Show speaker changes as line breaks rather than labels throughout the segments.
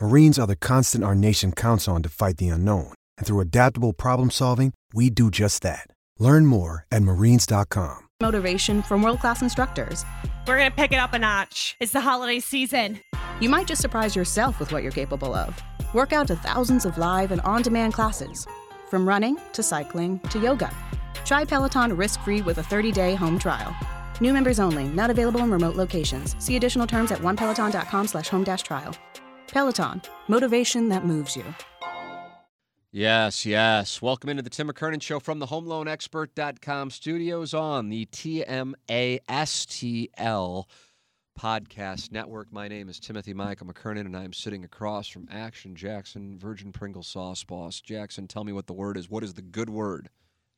Marines are the constant our nation counts on to fight the unknown. And through adaptable problem solving, we do just that. Learn more at marines.com.
motivation from world class instructors.
We're going to pick it up a notch. It's the holiday season.
You might just surprise yourself with what you're capable of. Work out to thousands of live and on demand classes, from running to cycling to yoga. Try Peloton risk free with a 30 day home trial. New members only, not available in remote locations. See additional terms at onepeloton.com slash home dash trial. Peloton, motivation that moves you.
Yes, yes. Welcome into the Tim McKernan Show from the HomeLoanExpert.com studios on the TMASTL Podcast Network. My name is Timothy Michael McKernan, and I'm sitting across from Action Jackson, Virgin Pringle Sauce Boss. Jackson, tell me what the word is. What is the good word?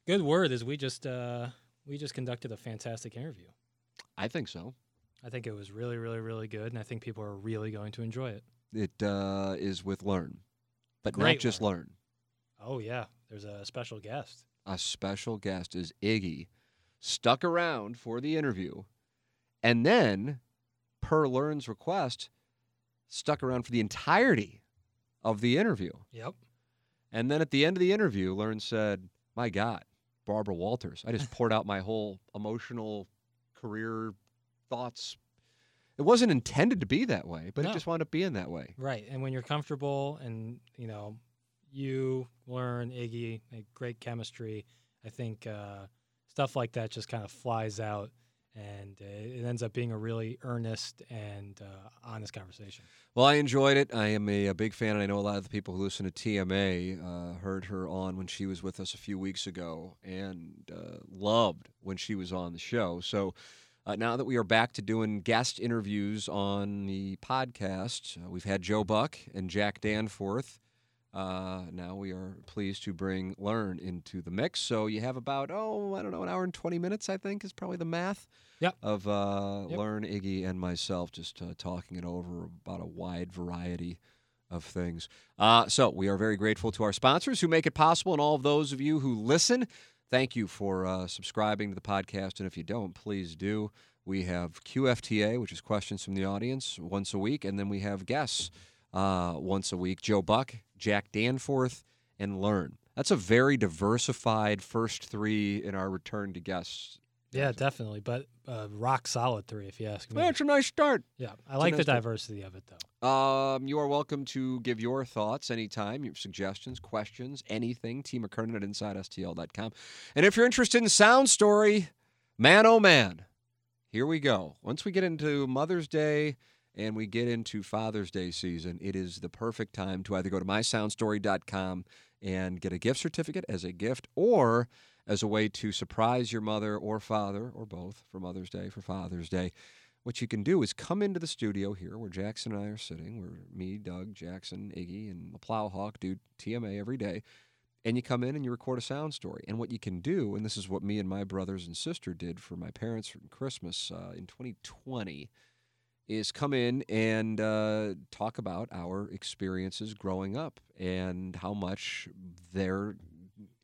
Good word is we just uh, we just conducted a fantastic interview.
I think so.
I think it was really, really, really good, and I think people are really going to enjoy it.
It uh, is with learn, but not
Great
just
learn.
learn.
Oh yeah, there's a special guest.
a special guest is Iggy, stuck around for the interview, and then, per Learn's request, stuck around for the entirety of the interview.
Yep.
And then at the end of the interview, Learn said, My God, Barbara Walters. I just poured out my whole emotional career thoughts. It wasn't intended to be that way, but it
No.
just wound up being that way.
Right, and when you're comfortable, and you know, you learn Iggy, like, great chemistry. I think uh, stuff like that just kind of flies out, and uh, it ends up being a really earnest and uh, honest conversation.
Well, I enjoyed it. I am a, a big fan, and I know a lot of the people who listen to TMA uh, heard her on when she was with us a few weeks ago and uh, loved when she was on the show. So uh, now that we are back to doing guest interviews on the podcast, uh, we've had Joe Buck and Jack Danforth. Uh, now we are pleased to bring Learn into the mix. So you have about, oh, I don't know, an hour and 20 minutes, I think, is probably the math
Yep.
of uh,
Yep.
Learn Iggy and myself just uh, talking it over about a wide variety of things. Uh, so we are very grateful to our sponsors who make it possible and all of those of you who listen. Thank you for uh, subscribing to the podcast. And if you don't, please do. We have QFTA, which is questions from the audience once a week. And then we have guests uh, once a week Joe Buck, Jack Danforth, and Learn. That's a very diversified first three in our return to guests.
Yeah, definitely, but uh, rock solid three, if you ask me.
That's a nice start.
Yeah, I like the
nice-
diversity of it though.
Um, you are welcome to give your thoughts anytime, your suggestions, questions, anything. T. McKernan at InsideSTL.com. And if you're interested in Sound Story, man, oh man, here we go. Once we get into Mother's Day and we get into Father's Day season, it is the perfect time to either go to mysoundstory.com and get a gift certificate as a gift or as a way to surprise your mother or father or both for Mother's Day, for Father's Day. What you can do is come into the studio here where Jackson and I are sitting, where me, Doug, Jackson, Iggy, and the Plowhawk do TMA every day. And you come in and you record a sound story. And what you can do, and this is what me and my brothers and sister did for my parents for Christmas uh, in 2020, is come in and uh, talk about our experiences growing up and how much their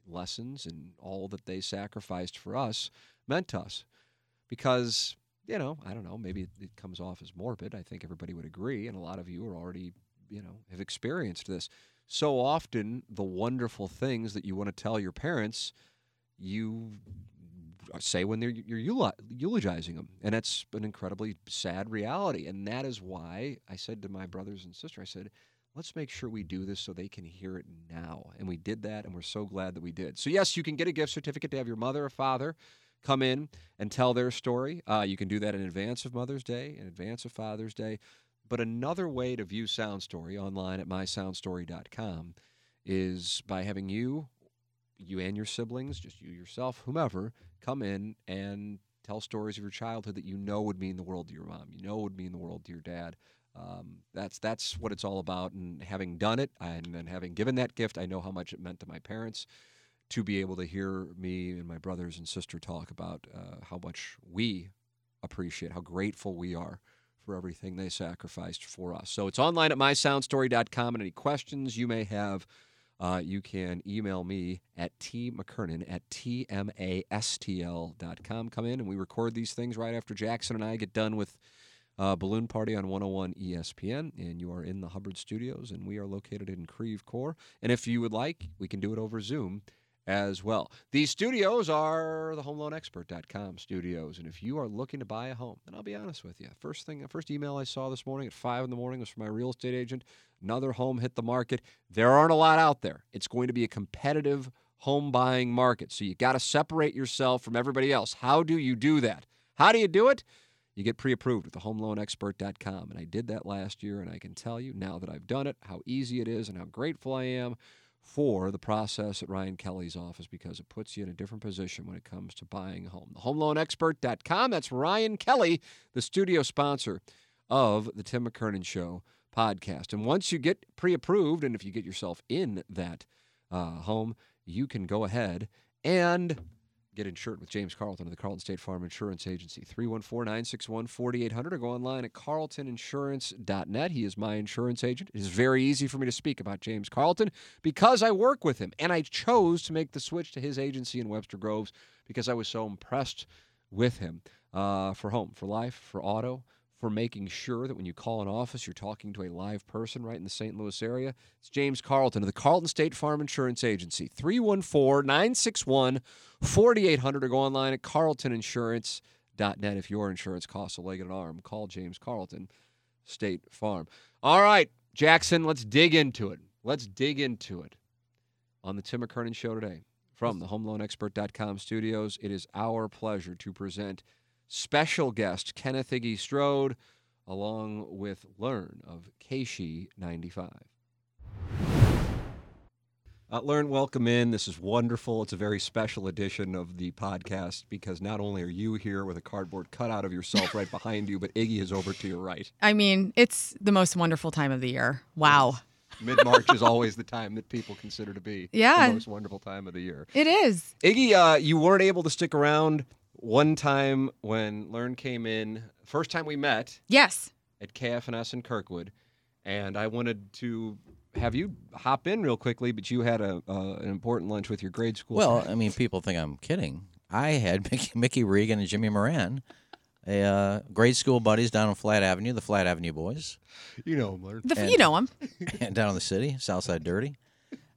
lessons and all that they sacrificed for us meant to us. Because, you know, I don't know, maybe it, it comes off as morbid. I think everybody would agree. And a lot of you are already, you know, have experienced this. So often, the wonderful things that you want to tell your parents, you say when they're you're eula- eulogizing them and that's an incredibly sad reality and that is why i said to my brothers and sister i said let's make sure we do this so they can hear it now and we did that and we're so glad that we did so yes you can get a gift certificate to have your mother or father come in and tell their story. Uh, you can do that in advance of Mother's Day, in advance of Father's Day. But another way to view Sound Story online at mysoundstory.com is by having you, you and your siblings, just you yourself, whomever, come in and tell stories of your childhood that you know would mean the world to your mom, you know would mean the world to your dad. Um, that's that's what it's all about. And having done it, and then having given that gift, I know how much it meant to my parents to be able to hear me and my brothers and sister talk about uh, how much we appreciate, how grateful we are for everything they sacrificed for us. So it's online at mysoundstory.com. And any questions you may have, uh, you can email me at tmckernan at tmastl.com. Come in and we record these things right after Jackson and I get done with uh, Balloon Party on 101 ESPN. And you are in the Hubbard Studios, and we are located in Creve Core. And if you would like, we can do it over Zoom as well. These studios are the homeloanexpert.com studios. And if you are looking to buy a home, and I'll be honest with you, first thing, first email I saw this morning at five in the morning was from my real estate agent. Another home hit the market. There aren't a lot out there. It's going to be a competitive home buying market. So you got to separate yourself from everybody else. How do you do that? How do you do it? You get pre approved with the homeloanexpert.com. And I did that last year, and I can tell you now that I've done it how easy it is and how grateful I am for the process at Ryan Kelly's office because it puts you in a different position when it comes to buying a home. The homeloanexpert.com, that's Ryan Kelly, the studio sponsor of the Tim McKernan Show podcast. And once you get pre approved, and if you get yourself in that uh, home, you can go ahead and get insured with James Carlton of the Carlton State Farm Insurance Agency, 314 961 4800, or go online at carltoninsurance.net. He is my insurance agent. It is very easy for me to speak about James Carlton because I work with him, and I chose to make the switch to his agency in Webster Groves because I was so impressed with him uh, for home, for life, for auto. For making sure that when you call an office, you're talking to a live person right in the St. Louis area. It's James Carlton of the Carlton State Farm Insurance Agency, 314 961 4800 or go online at carltoninsurance.net if your insurance costs a leg and an arm call james carlton state farm all right jackson let's dig into it let's dig into it on the tim mckernan show today from the homeloanexpert.com studios it is our pleasure to present special guest kenneth iggy strode along with learn of keishi 95 uh, Learn, welcome in. This is wonderful. It's a very special edition of the podcast because not only are you here with a cardboard cutout of yourself right behind you, but Iggy is over to your right.
I mean, it's the most wonderful time of the year. Wow.
Mid March is always the time that people consider to be
Yeah.
the most wonderful time of the year.
It is.
Iggy, uh, you weren't able to stick around one time when Learn came in. First time we met
Yes.
at KFNS in Kirkwood, and I wanted to have you hop in real quickly, but you had a uh, an important lunch with your grade school.
Well,
friend.
I mean, people think I'm kidding. I had Mickey, Mickey Regan and Jimmy Moran, a, uh, grade school buddies down on Flat Avenue, the Flat Avenue boys,
you know, 'em, Learn.
The,
And-
you know him.
and down in the city, Southside Dirty.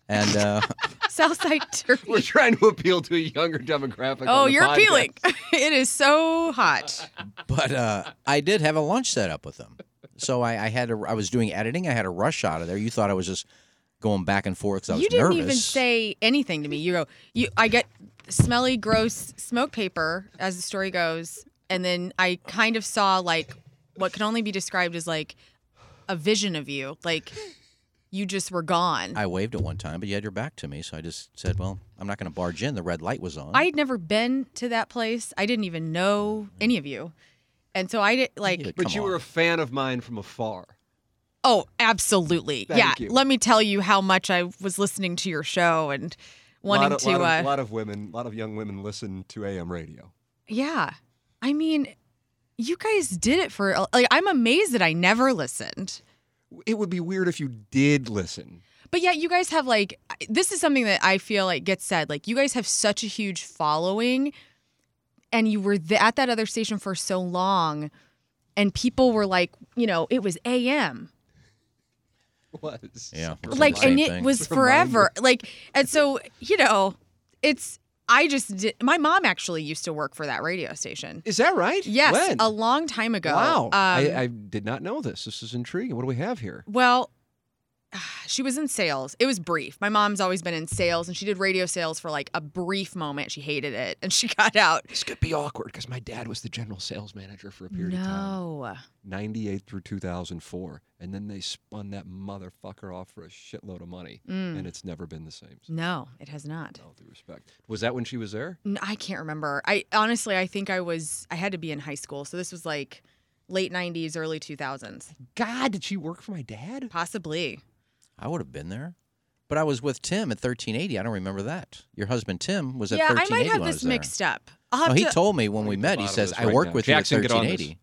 And uh,
Southside
We're
Derby.
trying to appeal to a younger demographic.
Oh,
on the
you're
podcast.
appealing. it is so hot.
but uh, I did have a lunch set up with them. So I, I had a, I was doing editing. I had a rush out of there. You thought I was just going back and forth because I was
You didn't
nervous.
even say anything to me. You go, you I get smelly, gross smoke paper as the story goes, and then I kind of saw like what can only be described as like a vision of you. Like you just were gone.
I waved at one time, but you had your back to me, so I just said, "Well, I'm not going to barge in." The red light was on.
I had never been to that place. I didn't even know any of you. And so I did like
Yeah,
But
come
you
on.
were a fan of mine from afar.
oh, absolutely.
Thank
yeah.
you.
Let me tell you how much I was listening to your show and wanting
lot of,
to
lot
uh
of, lot of women, a lot of young women listen to AM radio.
yeah. I mean, you guys did it for like I'm amazed that I never listened.
It would be weird if you did listen.
But yeah, you guys have like this is something that I feel like gets said. Like you guys have such a huge following, and you were th- at that other station for so long, and people were like, you know, it was AM,
It Was
Yeah, it's
like,
the same
and it
thing.
was
It's a reminder.
forever, like, and so you know, it's. I just did. My mom actually used to work for that radio station.
Is that right?
Yes,
When?
a long time ago.
Wow,
Um,
I, I did not know this. This is intriguing. What do we have here?
Well, she was in sales. It was brief. My mom's always been in sales and she did radio sales for like a brief moment. She hated it and she got out.
This could be awkward because my dad was the general sales manager for a period of time,
No.
98 through 2004. And then they spun that motherfucker off for a shitload of money.
Mm.
And it's never been the same. So,
No, it has not.
all due respect. Was that when she was there?
N- I can't remember. I honestly, I think I was, I had to be in high school. So this was like late 90s, early 2000s.
God, did she work for my dad?
Possibly.
I would have been there. But I was with Tim at 1380. I don't remember that. Your husband Tim was at
yeah, I Oh,
1380
might have
when I was
this
there.
mixed up. I'll have
No, he
to,
told me when we
Get the
met. He
bottom of
says
this
I
right
work
now.
with
Jackson,
you at
get on this.
1380,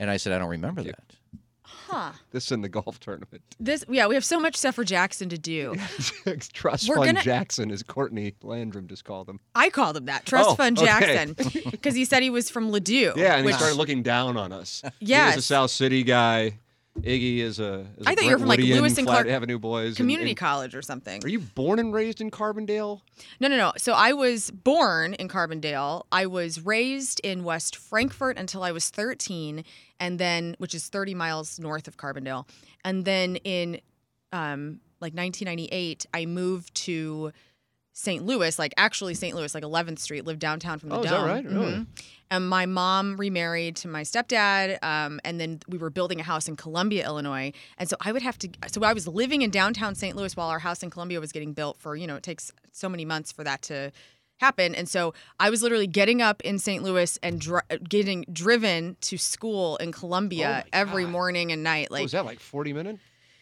and I said I don't remember
Yep.
that.
huh.
This in the golf tournament.
This, yeah, we have so much stuff for Jackson to do.
Trust
We're
Fund
gonna-
Jackson, as Courtney Landrum just called him.
I called him that, Trust
Oh,
Fund
okay.
Jackson, because he said he was from Ladue.
Yeah, and
which,
he started looking down on us. He was a
Yes.
South City guy. Iggy is a. Is a
I thought you were from, like,
Brentwoodian,
Lewis and
Flat
Clark
Avenue Boys. and-
community
and-
college or something.
Are you born and raised in Carbondale?
No, no, no. So I was born in Carbondale. I was raised in West Frankfort until I was 13, and then, which is 30 miles north of Carbondale. And then in um, like 1998, I moved to St. Louis, like actually St. Louis, like 11th Street, lived downtown from the
Oh, is
dome.
that right? Really?
Mhm. And my mom remarried to my stepdad, um, and then we were building a house in Columbia, Illinois. And so I would have to. So I was living in downtown St. Louis while our house in Columbia was getting built. For you know, it takes so many months for that to happen. And so I was literally getting up in St. Louis and dri- uh, getting driven to school in Columbia
Oh my
every
God.
morning and night.
What
Like
was that like forty minute?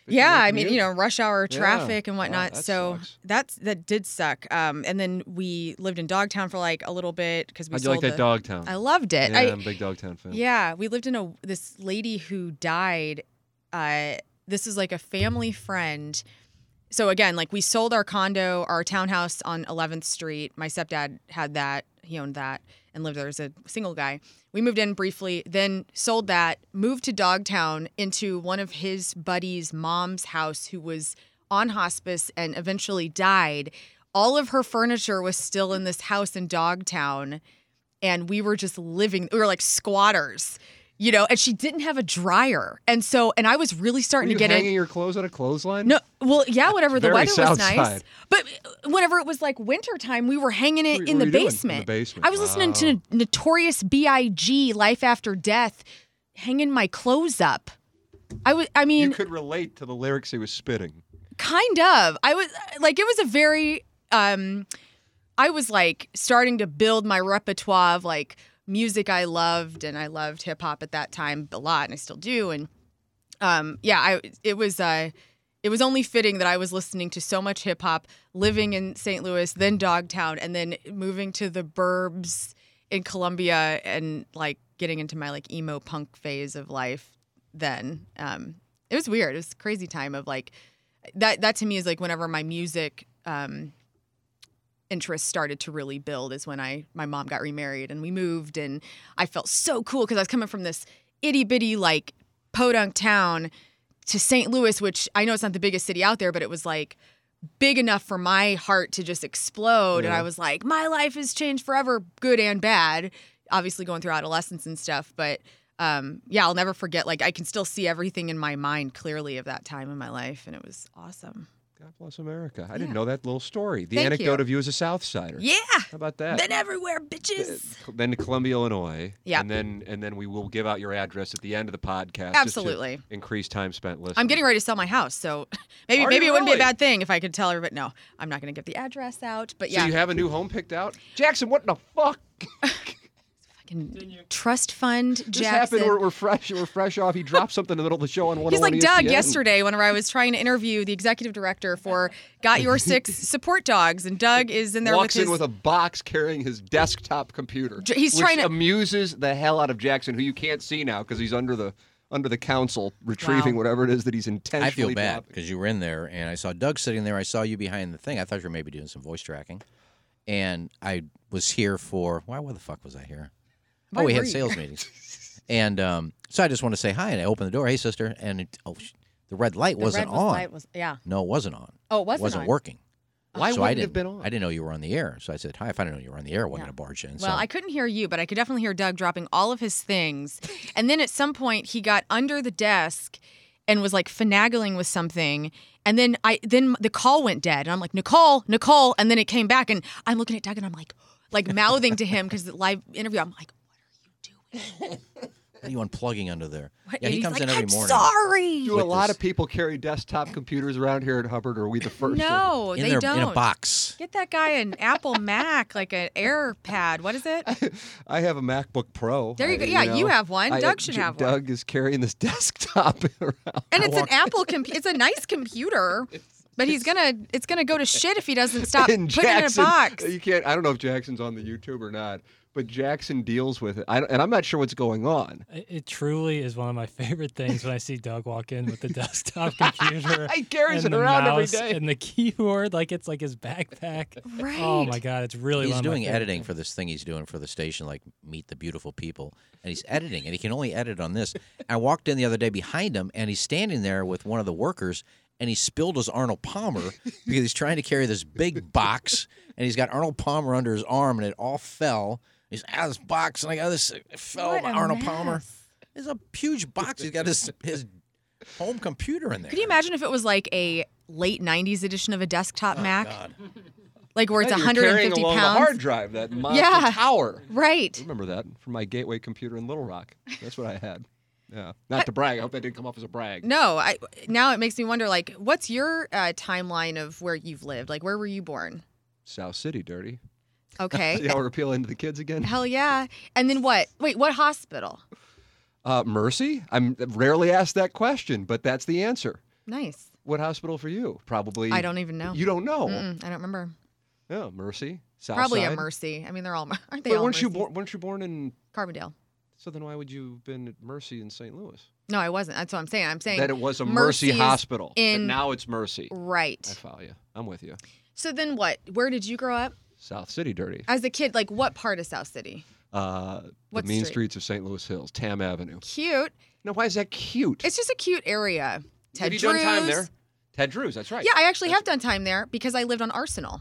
yeah,
minute
I mean, you
commute?
know, rush hour
Yeah.
traffic and
Wow,
whatnot.
that
so
sucks.
that's that did suck. Um, and then we lived in Dogtown for like a little bit because we
How'd you
sold
like that
a-
Dogtown?
I loved it.
yeah,
I,
am a big Dogtown fan.
yeah, we lived in a this lady who died. Uh, this is like a family friend. So again, like we sold our condo, our townhouse on 11th Street. My stepdad had that. He owned that and lived there as a single guy. We moved in briefly, then sold that, moved to Dogtown into one of his buddies' mom's house who was on hospice and eventually died. All of her furniture was still in this house in Dogtown and we were just living we were like squatters you know and she didn't have a dryer and so and i was really
Were
starting
you
to get
hanging
in
your clothes on a clothesline?
no well yeah whenever the
Very
weather was
south
nice
side.
but whenever it was like wintertime we were hanging it
What
in
were
the
you doing in the
basement
basement?
i was listening to notorious big life after death hanging my clothes up i was i mean
you could relate to the lyrics he was spitting.
kind of i was like it was a very um i was like starting to build my repertoire of like music i loved and i loved hip hop at that time a lot and i still do and um yeah i it was uh it was only fitting that I was listening to so much hip hop, living in St. Louis, then Dogtown, and then moving to the burbs in Columbia and like getting into my like emo punk phase of life then. Um, it was weird. It was a crazy time of like that that to me is like whenever my music um interest started to really build is when I my mom got remarried and we moved and I felt so cool because I was coming from this itty bitty like podunk town to St. Louis, which I know it's not the biggest city out there, but it was like big enough for my heart to just explode. And I was like, my life has changed forever, good and bad. Obviously going through adolescence and stuff, but um, yeah, I'll never forget. Like I can still see everything in my mind clearly of that time in my life, and it was awesome.
God bless America. I didn't
Yeah.
know that little story. The
Thank
anecdote
you.
of you as a South Sider.
Yeah,
How about that?
been everywhere, bitches.
then to Columbia, Illinois.
Yeah.
And then and then we will give out your address at the end of the podcast. just to
Absolutely.
increase time spent listening.
I'm getting ready to sell my house, so maybe
Are
maybe
you
it wouldn't be
really?
a bad thing if I could tell everybody. No, I'm not going to give the address out, but yeah,
So you have a new home picked out? Jackson, what in the fuck?
fucking trust fund Jackson.
This happened. We're, we're fresh. We're fresh off. He dropped something in the middle of the show on one. oh E
He's like Doug yesterday whenever I was trying to interview the executive director for Got Your Six support dogs, and Doug is in there
walks
with his
in with a box carrying his desktop computer.
J- he's
which
trying to-
amuses the hell out of Jackson, who you can't see now because he's under the under the council retrieving
Wow.
whatever it is that he's intentionally.
I feel bad
dropping.
because you were in there, and I saw Doug sitting there. I saw you behind the thing. I thought you were maybe doing some voice tracking, and I was here for why? Where the fuck was I here?
Why
oh, we
were
had
you
sales meetings, and um, so I just want to say hi, and I opened the door. Hey, sister, and it, oh, sh- the red light
the
wasn't
red
on.
light was yeah.
No, it wasn't on.
Oh, it wasn't on.
working.
Why
so I
wouldn't it
didn't
have been on?
I didn't know you were on the air, so I said hi. If I didn't know you were on the air, I wasn't
Yeah.
going to barge in.
Well,
so.
I couldn't hear you, but I could definitely hear Doug dropping all of his things. And then at some point, he got under the desk and was like finagling with something. And then I then the call went dead, and I'm like Nicole, Nicole, and then it came back, and I'm looking at Doug, and I'm like, like mouthing to him because the live interview. I'm like,
What are you unplugging under there?
What?
Yeah,
And
he
he's
comes
like,
in every
"I'm
morning.
Sorry.
Do a
With
lot
this-
of people carry desktop computers around here at Hubbard? Or are we the first?
No,
in
they
their,
don't.
in a box.
Get that guy an Apple Mac, like an AirPad. What is it?
I have a MacBook Pro.
There you
I-
go. Yeah, you have one. Doug should
J-
have one.
Doug is carrying this desktop around.
And it's an Apple comp It's a nice computer, but he's gonna. It's gonna go to shit if he doesn't stop
And
putting it in a
Jackson-
box.
You can't. I don't know if Jackson's on the YouTube or not, but Jackson deals with it. I, don't- and I'm not sure what's going on.
It, it truly is one of my favorite things when I see Doug walk in with the desktop computer.
He carries
and
it
the
around every
mouse
day.
And the keyboard, like it's like his backpack.
Right.
Oh my god, it's really.
he's
one of my
doing
favorite
editing
things.
for this thing he's doing for the station, like Meet the Beautiful People, and he's editing, and he can only edit on this. I walked in the other day behind him, and he's standing there with one of the workers, and he spilled his Arnold Palmer because he's trying to carry this big box, and he's got Arnold Palmer under his arm, and it all fell. He's out of this box, and I got this. It fell,
What
my
a
Arnold Palmer.
mess.
It's a huge box. He's got his his home computer in there.
Could you imagine if it was like a late '90s edition of a desktop Mac,
God.
like where it's
Yeah, Oh, you're carrying
150
along the
pounds?
hard drive, that monster
Yeah.
tower. I
Right.
remember that from my gateway computer in Little Rock. That's what I had. Yeah. Not to brag. I hope that didn't come off as a brag.
No, I now it makes me wonder. Like, what's your uh, timeline of where you've lived? Like, where were you born?
South City, dirty.
Okay.
See how we're appealing to the kids again?
Hell yeah. And then what? Wait, what hospital?
Uh, Mercy? I'm rarely asked that question, but that's the answer.
Nice.
What hospital for you? Probably.
I don't even know.
You don't know.
Mm-mm, I don't remember.
Yeah, Mercy. South
Probably
side.
a mercy. I mean, they're all mer- aren't they
But
all
weren't you
mercy?
born? Weren't you born in?
Carbondale.
So then why would you have been at Mercy in St. Louis?
No, I wasn't. That's what I'm saying. I'm saying
that it was a Mercy,
Mercy's
hospital. but
in-
now it's Mercy. I
Right.
follow you. I'm with you.
So then what? Where did you grow up
South City, dirty.
as a kid? Like what part of South City?
Uh, the
What
mean
street?
streets of St. Louis Hills, Tam Avenue.
Cute.
Now, why is that cute?
It's just a cute area. Ted
have you done time
Drew's.
there? Ted Drews, that's right.
Yeah, I actually have done time there because I lived on Arsenal.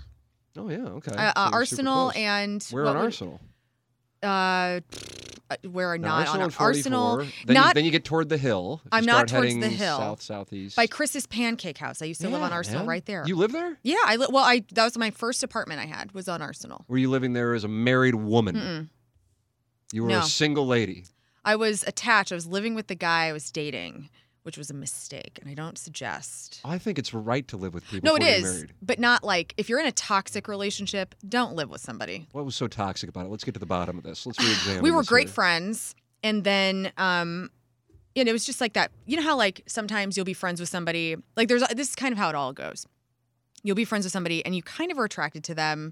Oh yeah, okay.
Uh,
So
uh,
you're super
Arsenal
close.
and
We're
what
on
would-
Arsenal.
Uh, uh, we're
Now,
not
Arsenal
on
and 44,
Arsenal.
Then, you,
not
then you get toward the hill. If you
I'm
start
not towards
heading
the hill.
South, southeast.
by Chris's Pancake House. I used to live on
Yeah,
Arsenal
man.
right there.
You live there?
yeah, I li- well, I that was my first apartment I had was on Arsenal.
Were you living there as a married woman?
Mm-mm.
You were
No.
a single lady.
I was attached. I was living with the guy I was dating, which was a mistake, and I don't suggest.
I think it's right to live with people.
No, it
before you're
is,
Married.
but not like if you're in a toxic relationship, don't live with somebody.
What was so toxic about it? Let's get to the bottom of this. Let's reexamine.
we were
this
great
here.
friends, and then um, and it was just like that. You know how like sometimes you'll be friends with somebody. Like there's this is kind of how it all goes. You'll be friends with somebody, and you kind of are attracted to them,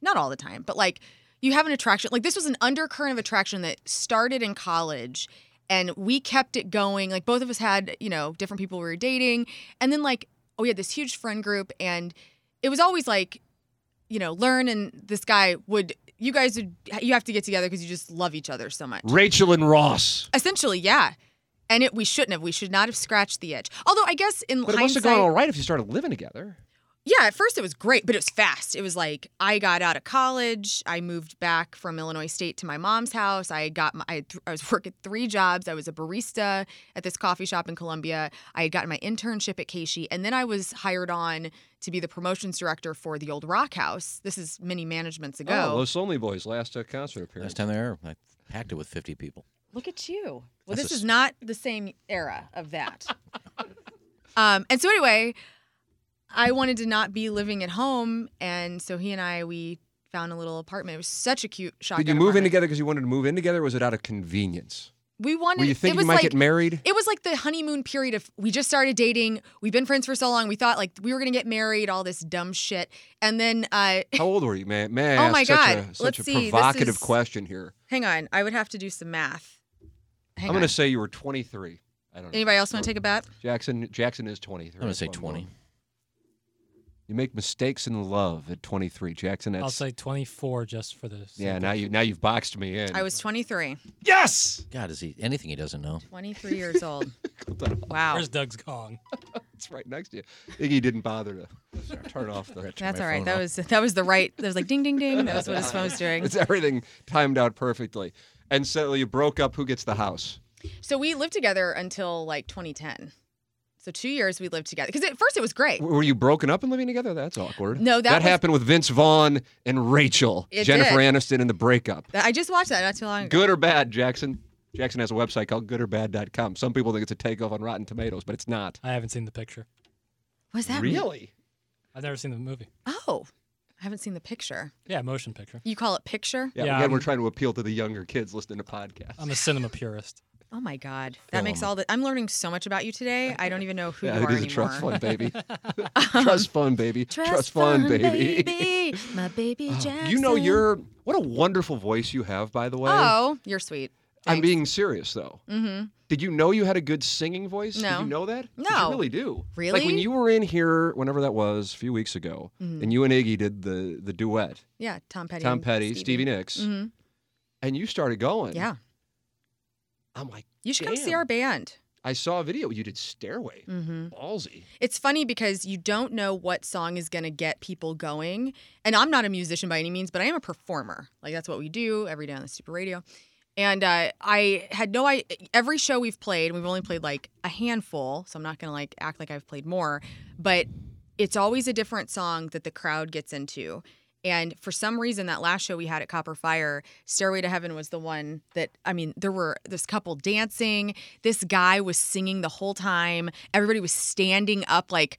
not all the time, but like you have an attraction. Like this was an undercurrent of attraction that started in college and we kept it going. Like both of us had, you know, different people we were dating. And then like we had this huge friend group and it was always like, you know, learn and this guy would you guys would you have to get together because you just love each other so much.
Rachel and Ross.
Essentially, yeah. And it we shouldn't have. We should not have scratched the itch. Although I guess in
But it must
hindsight,
have gone all right if you started living together.
yeah, at first it was great, but it was fast. It was like I got out of college, I moved back from Illinois State to my mom's house. I got my, I, th- I was working three jobs. I was a barista at this coffee shop in Columbia. I had gotten my internship at Casey, E, and then I was hired on to be the promotions director for the old Rock House. This is many managements ago.
Oh, Los Lonely Boys last uh, concert appearance.
Last time they were, I packed it with 50 people.
Look at you. Well,
That's
this
a
is
s-
not the same era of that. um, and so anyway, I wanted to not be living at home, and so he and I we found a little apartment. It was such a cute shotgun.
Did you move in
apartment.
together because you wanted to move in together? Or was it out of convenience?
We wanted.
Were you
it
thinking
was
you might
like,
get married?
It was like the honeymoon period of we just started dating. We've been friends for so long. We thought like we were gonna get married, all this dumb shit, and then uh,
How old were you, man? Man,
Oh my
such
God.
a such
Let's
a
see. This
provocative
is-
question here.
hang on, I would have to do some math. Hang
I'm
on.
going to say you were 23. I don't know.
Anybody else want to take a bet?
Jackson Jackson is 23.
I'm gonna
That's
say
what
20.
going. You make mistakes in love at 23, Jackson. That's
I'll say 24 just for this.
yeah. Now you now you've boxed me in.
I was 23,
yes.
God, is he anything he doesn't know?
23 years old. Wow.
Where's Doug's gong?
It's right next to you. Iggy didn't bother to turn off the.
That's
my
all right.
phone
That
off.
was that was the right. That was like ding ding ding. That was what his phone was doing.
It's everything timed out perfectly, and so you broke up. Who gets the house?
So we lived together until like 2010. So two years we lived together because at first it was great.
W- Were you broken up and living together? That's awkward.
No, that
that
was-
happened with Vince Vaughn and Rachel,
It
Jennifer
did.
Aniston, in the breakup.
I just watched that not too long ago.
Good or bad, Jackson. Jackson has a website called goodorbad.com. Some people think it's a takeoff on Rotten Tomatoes, but it's not.
I haven't seen the picture.
What's that mean?
really?
I've never seen the movie.
Oh, I haven't seen the picture.
Yeah, motion picture.
You call it picture?
Yeah,
Yeah,
again, we're
I'm-
trying to appeal to the younger kids listening to podcasts.
I'm a cinema purist.
Oh my God, that makes
Film.
all the. I'm learning so much about you today. I don't even know who
yeah,
you
it
are
is a
anymore.
trust fund, baby. trust fund, baby. Trust fund, baby. Oh,
my baby Jackson.
You know your what a wonderful voice you have, by the way.
Oh, you're sweet.
I'm being serious though.
Mm-hmm.
Did you know you had a good singing voice? Did
No.
you know that? 'Cause
No.
You really do. Like when
Really?
you were in here, whenever that was, a few weeks ago, and you and Iggy did the the duet,
Yeah, Tom Petty.
Tom
and
Petty, Stevie, Nicks,
hmm
and you started going.
Yeah,
I'm like,
you should come see
Damn.
our band.
I saw a video. You did Stairway.
Mm-hmm.
Ballsy.
It's funny because you don't know what song is going to get people going. And I'm not a musician by any means, but I am a performer. Like that's what we do every day on the stupid radio. And uh, I had no I every show we've played, we've only played like a handful, so I'm not going to like act like I've played more, but it's always a different song that the crowd gets into. And for some reason, that last show we had at Copper Fire, Stairway to Heaven was the one that, I mean, there were this couple dancing. This guy was singing the whole time. Everybody was standing up, like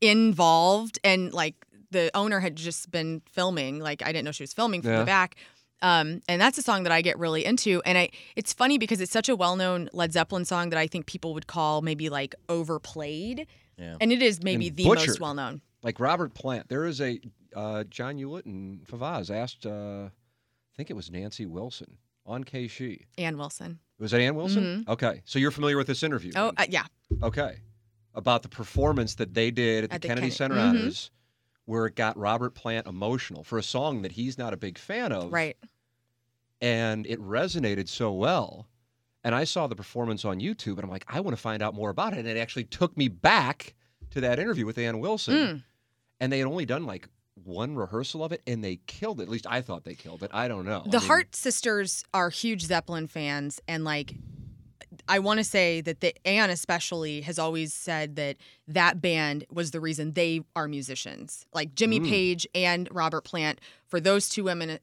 involved. And like the owner had just been filming. Like I didn't know she was filming from
Yeah.
the back. Um, and that's a song that I get really into. And I, it's funny because it's such a well known Led Zeppelin song that I think people would call maybe like overplayed.
Yeah.
And it is maybe
And
the
butchered.
most well known.
Like Robert Plant. There is a uh, John Hewlett and Favaz asked, uh, I think it was Nancy Wilson on KC.
Ann Wilson.
Was that Ann Wilson? Okay. So you're familiar with this interview?
Mm-hmm. Oh,
then?
uh, yeah.
Okay. About the performance that they did at,
At
the,
the
Kennedy
Kennedy-
Center
Mhm.
Honors, where it got Robert Plant emotional for a song that he's not a big fan of.
Right.
And it resonated so well. And I saw the performance on YouTube and I'm like, I want to find out more about it. And it actually took me back to that interview with Ann Wilson.
Mm.
And they had only done like one rehearsal of it and they killed it. At least I thought they killed it. I don't know. I
The
mean,
Hart sisters are huge Zeppelin fans, and like, I want to say that the Anne especially has always said that that band was the reason they are musicians. Like Jimmy
Mm.
Page and Robert Plant, for those two women, uh,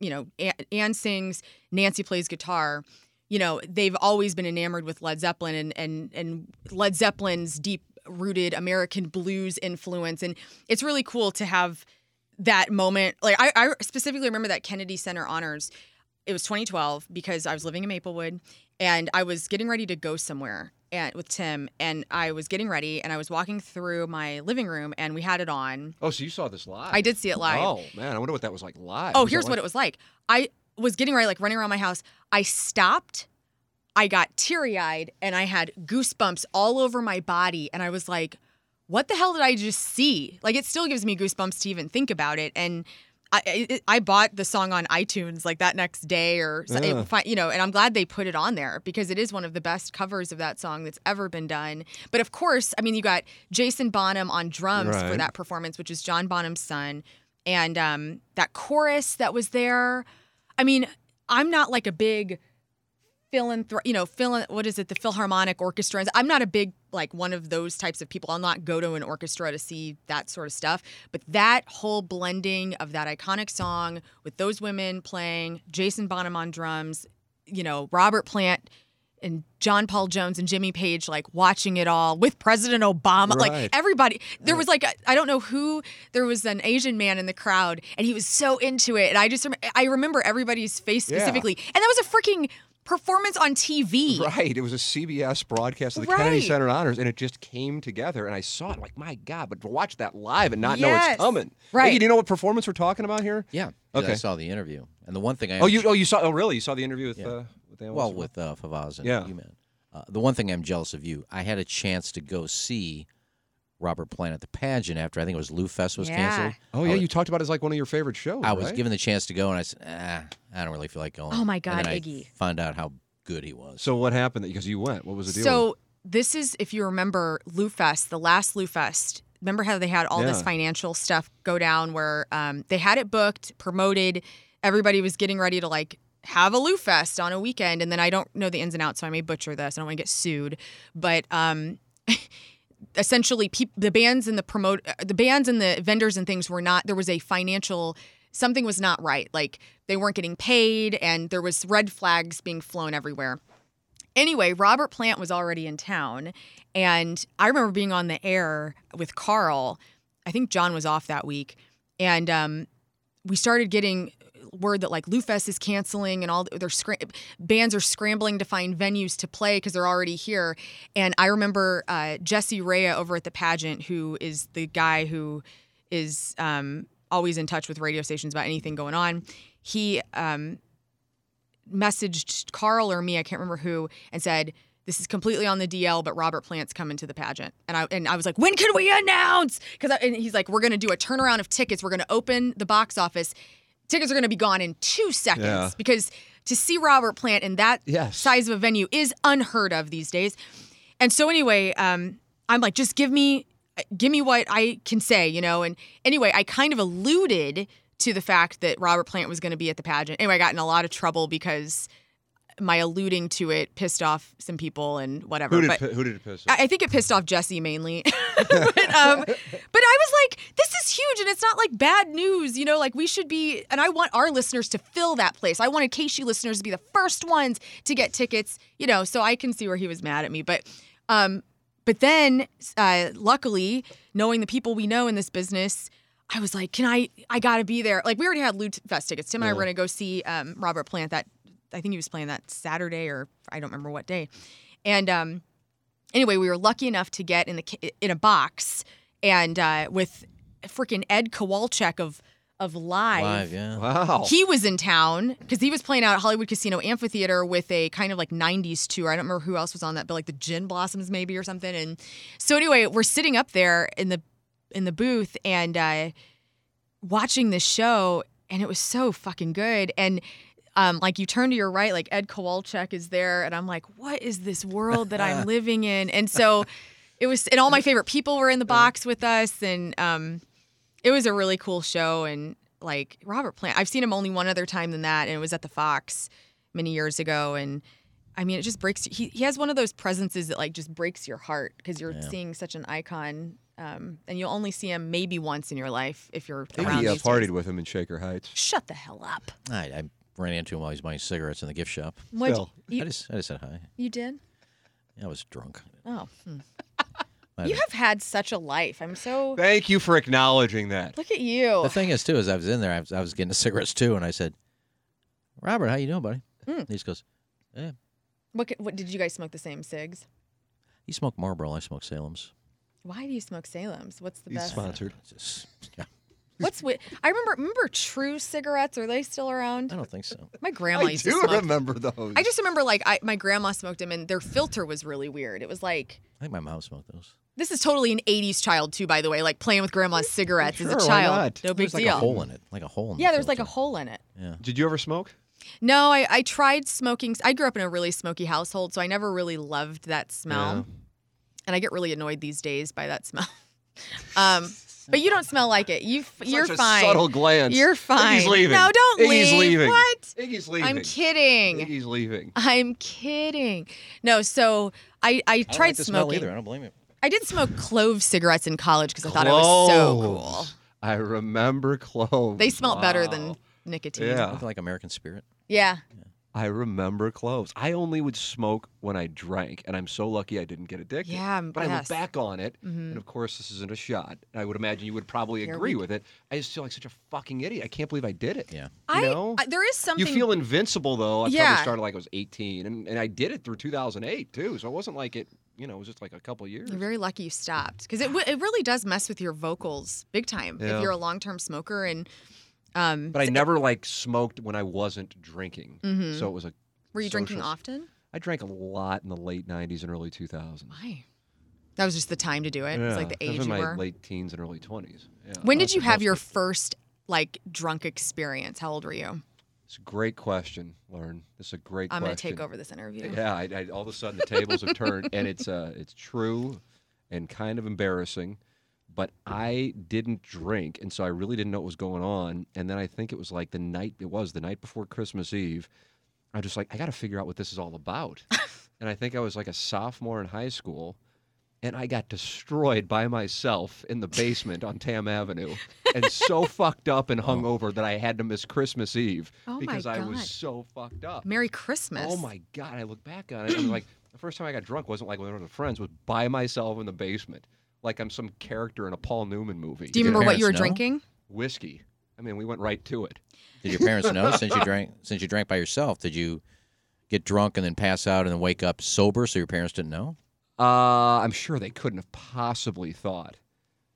you know, A- Anne sings, Nancy plays guitar. You know, they've always been enamored with Led Zeppelin and and and Led Zeppelin's deep rooted American blues influence, and it's really cool to have that moment. Like I, I specifically remember that Kennedy Center honors. It was 2012 because I was living in Maplewood and I was getting ready to go somewhere and with Tim and I was getting ready and I was walking through my living room and we had it on.
Oh, so you saw this live?
I did see it live.
Oh man, I wonder what that was like live.
Oh,
Was that
here's
like-
what it was like. I was getting ready, like running around my house. I stopped. I got teary eyed and I had goosebumps all over my body. And I was like, what the hell did I just see? Like, it still gives me goosebumps to even think about it. And I, I, I bought the song on iTunes like that next day or, so-
Yeah.
fi- you know, and I'm glad they put it on there because it is one of the best covers of that song that's ever been done. But of course, I mean, you got Jason Bonham on drums
Right.
for that performance, which is John Bonham's son, and um, that chorus that was there. I mean, I'm not like a big philanthro- you know, phil- what is it, the Philharmonic Orchestra. I'm not a big like one of those types of people. I'll not go to an orchestra to see that sort of stuff. But that whole blending of that iconic song with those women playing, Jason Bonham on drums, you know, Robert Plant and John Paul Jones and Jimmy Page like watching it all with President Obama.
Right.
Like everybody, there was like I I don't know who there was an Asian man in the crowd and he was so into it. And I just rem- I remember everybody's face
Yeah.
specifically, and that was a freaking performance on TV.
Right. It was a CBS broadcast of the Kennedy
Right.
Center Honors, and it just came together. And I saw it like, my God, but to watch that live and not know
Yes.
it's coming.
Right.
Iggy, do you know what performance we're talking about here?
Yeah. 'cause
Okay.
I saw the interview, and the one thing I
Oh, you oh you saw oh really? You saw the interview with uh, with Ann
well
Wilson?
with uh, Favaz and
Yeah.
you man. Uh, the one thing I'm jealous of you, I had a chance to go see Robert Plant at the pageant after I think it was Lou Fest was
Yeah.
canceled.
Oh yeah, you talked about it as like one of your favorite shows.
I was
right?
given the chance to go, and I said, ah, I don't really feel like going.
Oh, my
And
God,
then I
Iggy.
Find out how good he was.
So what happened? Because you went. What was the deal?
So this is if you remember Lou Fest, the last Lou Fest. Remember how they had all this
Yeah.
financial stuff go down where um, they had it booked, promoted. Everybody was getting ready to like have a Lou Fest on a weekend, and then I don't know the ins and outs, so I may butcher this. I don't want to get sued, but um, essentially peop the bands and the promote uh, the bands and the vendors and things were not there was a financial something was not right like they weren't getting paid and there was red flags being flown everywhere anyway robert plant was already in town and i remember being on the air with carl i think john was off that week and um, we started getting word that like Lufest is canceling and all their scr- bands are scrambling to find venues to play because they're already here. And I remember uh, Jesse Rea over at the pageant, who is the guy who is um, always in touch with radio stations about anything going on. He um, messaged Carl or me, I can't remember who, and said, "This is completely on the DL, but Robert Plant's coming to the pageant." And I and I was like, "When can we announce?" Because and he's like, "We're going to do a turnaround of tickets. We're going to open the box office. Tickets are going to be gone in two seconds
Yeah.
because to see Robert Plant in that
Yes.
size of a venue is unheard of these days." And so anyway, um, I'm like, just give me, give me what I can say, you know. And anyway, I kind of alluded to the fact that Robert Plant was going to be at the pageant. Anyway, I got in a lot of trouble because my alluding to it pissed off some people and whatever.
Who did
but
pi- who did it piss off?
I I think it pissed off Jesse mainly. but, um, but I was like, this is huge and it's not like bad news. You know, like we should be, and I want our listeners to fill that place. I wanted KSU listeners to be the first ones to get tickets, you know, so I can see where he was mad at me. But, um, but then uh, luckily, knowing the people we know in this business, I was like, can I, I gotta be there. Like we already had Loot Fest tickets. Tim and I were gonna go see um, Robert Plant that, I think he was playing that Saturday or I don't remember what day. And, um, anyway, we were lucky enough to get in the ki- in a box and uh, with freaking Ed Kowalczyk of of live.
Live, yeah.
wow.
He was in town because he was playing out at Hollywood Casino Amphitheater with a kind of like 90s tour. I don't remember who else was on that, but like the Gin Blossoms maybe or something. And so anyway, we're sitting up there in the in the booth and uh, watching this show, and it was so fucking good. And um, like you turn to your right, like Ed Kowalczyk is there, and I'm like, what is this world that I'm living in? And so it was, and all my favorite people were in the box with us, and um, it was a really cool show. And like Robert Plant, I've seen him only one other time than that, and it was at the Fox many years ago. And I mean, it just breaks. He he has one of those presences that like just breaks your heart because you're seeing such an icon. Um, and you'll only see him maybe once in your life if you're
I think
around
he uh,
these
partied
days.
with him in Shaker Heights.
Shut the hell up!
I, I ran into him while he was buying cigarettes in the gift shop.
What
Phil.
I
you,
just I just said hi.
you did?
I was drunk.
Oh, hmm.
I
you
was-
have had such a life. I'm so
Thank you for acknowledging that.
look at you.
The thing is, too, is I was in there, I was, I was getting cigarettes too, and I said, "Robert, how you doing, buddy?"
Mm.
And he just goes, "Yeah."
What, c- what did you guys smoke the same cigs?
He smoked Marlboro, I smoked Salem's.
Why do you smoke Salem's? What's the
He's
best?
sponsored.
It's just- yeah,
What's with? I remember remember True cigarettes. Are they still
I
around?
don't think so.
My grandma
I
used to
do
smoke.
remember those.
I just remember like I, my grandma smoked them, and their filter was really weird. It was like
I think my mom smoked those.
this is totally an '80s child too, by the way. Like playing with grandma's cigarettes
Sure,
as
why
a child.
not?
No big
There's like
deal.
a hole in it, like a hole. In
yeah,
the
there's like a
filter.
hole in it.
Yeah.
Did you ever smoke?
No, I, I tried smoking. I grew up in a really smoky household, so I never really loved that smell. And I get really annoyed these days by that smell. um, but you don't smell like it. You f- you're
Such a
fine.
subtle glance.
You're fine.
Iggy's leaving.
No, don't
Iggy's
leave.
leaving.
What?
Iggy's leaving.
I'm kidding.
Iggy's leaving.
I'm kidding. No, so I I
I don't
tried
like the smell
smoking.
either. I don't blame you.
I did smoke clove cigarettes in college because I thought it was so cool.
Cloves. I remember cloves.
They smelled better than
Wow.
nicotine.
Yeah.
Look like American Spirit.
Yeah.
I remember cloves. I only would smoke when I drank, and I'm so lucky I didn't get addicted.
Yeah, I'm
but I look
blessed.
back on it,
Mhm.
and of course this isn't a shot. And I would imagine you would probably
Here
agree
we-
with it. I just feel like such a fucking idiot. I can't believe I did it.
Yeah.
You
I,
know?
I there is something
You feel invincible though. I probably
Yeah.
started like I was 18, and, and I did it through 2008 too. So it wasn't like it, you know, it was just like a couple years.
You're very lucky you stopped because it w- it really does mess with your vocals big time
Yeah.
if you're a long term smoker and um.
But I never like smoked when I wasn't drinking.
Mhm.
So it was a.
were you drinking
social-
often?
I drank a lot in the late 90s and early 2000s.
Why? That was just the time to do it. It's like the
I was
age
in my
you were.
late teens and early 20s. Yeah.
when did
That's
you
the
have
best
your
way-
first like drunk experience? How old were you?
It's a great question, Lauren. This is a great
I'm gonna
question.
take over this interview.
Yeah, I, I, all of a sudden the tables have turned, and it's uh, it's true, and kind of embarrassing, but I didn't drink, and so I really didn't know what was going on. And then I think it was like the night it was the night before Christmas Eve. I was just like, I got to figure out what this is all about. and I think I was like a sophomore in high school, and I got destroyed by myself in the basement on Tam Avenue and so fucked up and hungover that I had to miss Christmas Eve
Oh my
because I was
God.
so fucked up.
Merry Christmas.
Oh my god! I look back on it. I'm like, the first time I got drunk wasn't like with other friends. Was by myself in the basement, like I'm some character in a Paul Newman movie.
Do you
Did
remember what you
parents
were
know?
drinking?
whiskey? I mean, we went right to it.
Did your parents know since you drank since you drank by yourself? Did you get drunk and then pass out and then wake up sober so your parents didn't know?
Uh, I'm sure they couldn't have possibly thought.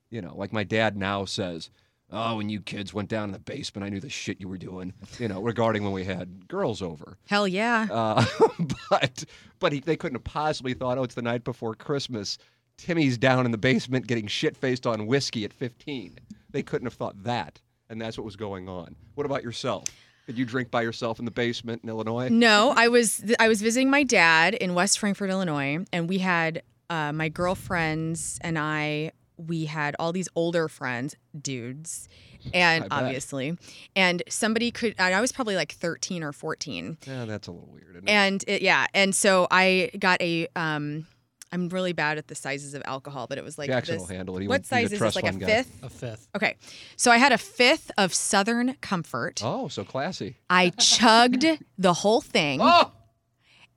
You know, like my dad now says, "Oh, when you kids went down in the basement, I knew the shit you were doing." You know, regarding when we had girls over.
Hell yeah.
Uh, but but he, they couldn't have possibly thought, oh, it's the night before Christmas. Timmy's down in the basement getting shit faced on whiskey at 15. They couldn't have thought that, and that's what was going on. What about yourself? Did you drink by yourself in the basement in Illinois?
No, I was I was visiting my dad in West Frankfort, Illinois, and we had uh, my girlfriends and I. We had all these older friends, dudes, and
I bet.
obviously, and somebody could. And I was probably like thirteen or fourteen,
Yeah, that's a little weird. Isn't it?
and it, yeah, and so I got a. Um, I'm really bad at the sizes of alcohol, but it was like
Jackson
this.
will handle it. He
what
went- he's a
size is
trust
this? Like a
fund guy.
fifth?
A fifth.
Okay, so I had a fifth of Southern Comfort.
Oh, so classy.
I chugged the whole thing
Oh,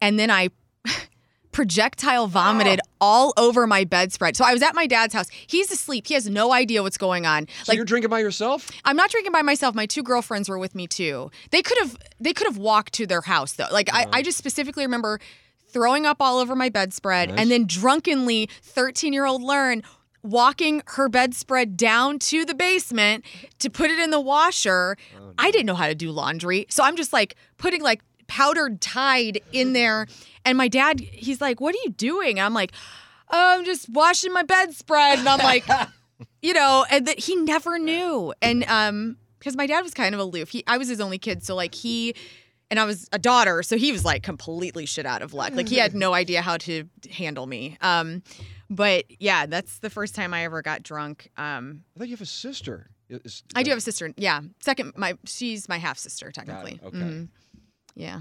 and then I projectile vomited all over my bedspread. So I was at my dad's house. He's asleep. He has no idea what's going on.
so you're drinking by yourself?
I'm not drinking by myself. My two girlfriends were with me too. They could have they could have walked to their house though. Like I, I just specifically remember throwing up all over my bedspread
Nice.
and then drunkenly 13 year old Learn walking her bedspread down to the basement to put it in the washer. I didn't know how to do laundry. So I'm just like putting like powdered tide in there. And my dad, he's like, What are you doing? And I'm like, Oh, I'm just washing my bedspread. And I'm like, you know, and that he never knew. And um, because my dad was kind of aloof. He, I was his only kid, so like he, and I was a daughter, so he was like completely shit out of luck. Like he had no idea how to handle me. Um, but yeah, that's the first time I ever got drunk. Um,
I thought you have a sister. Is- is
I do
that-
have a sister. Yeah, second, my she's my half sister technically.
okay.
Mhm. Yeah,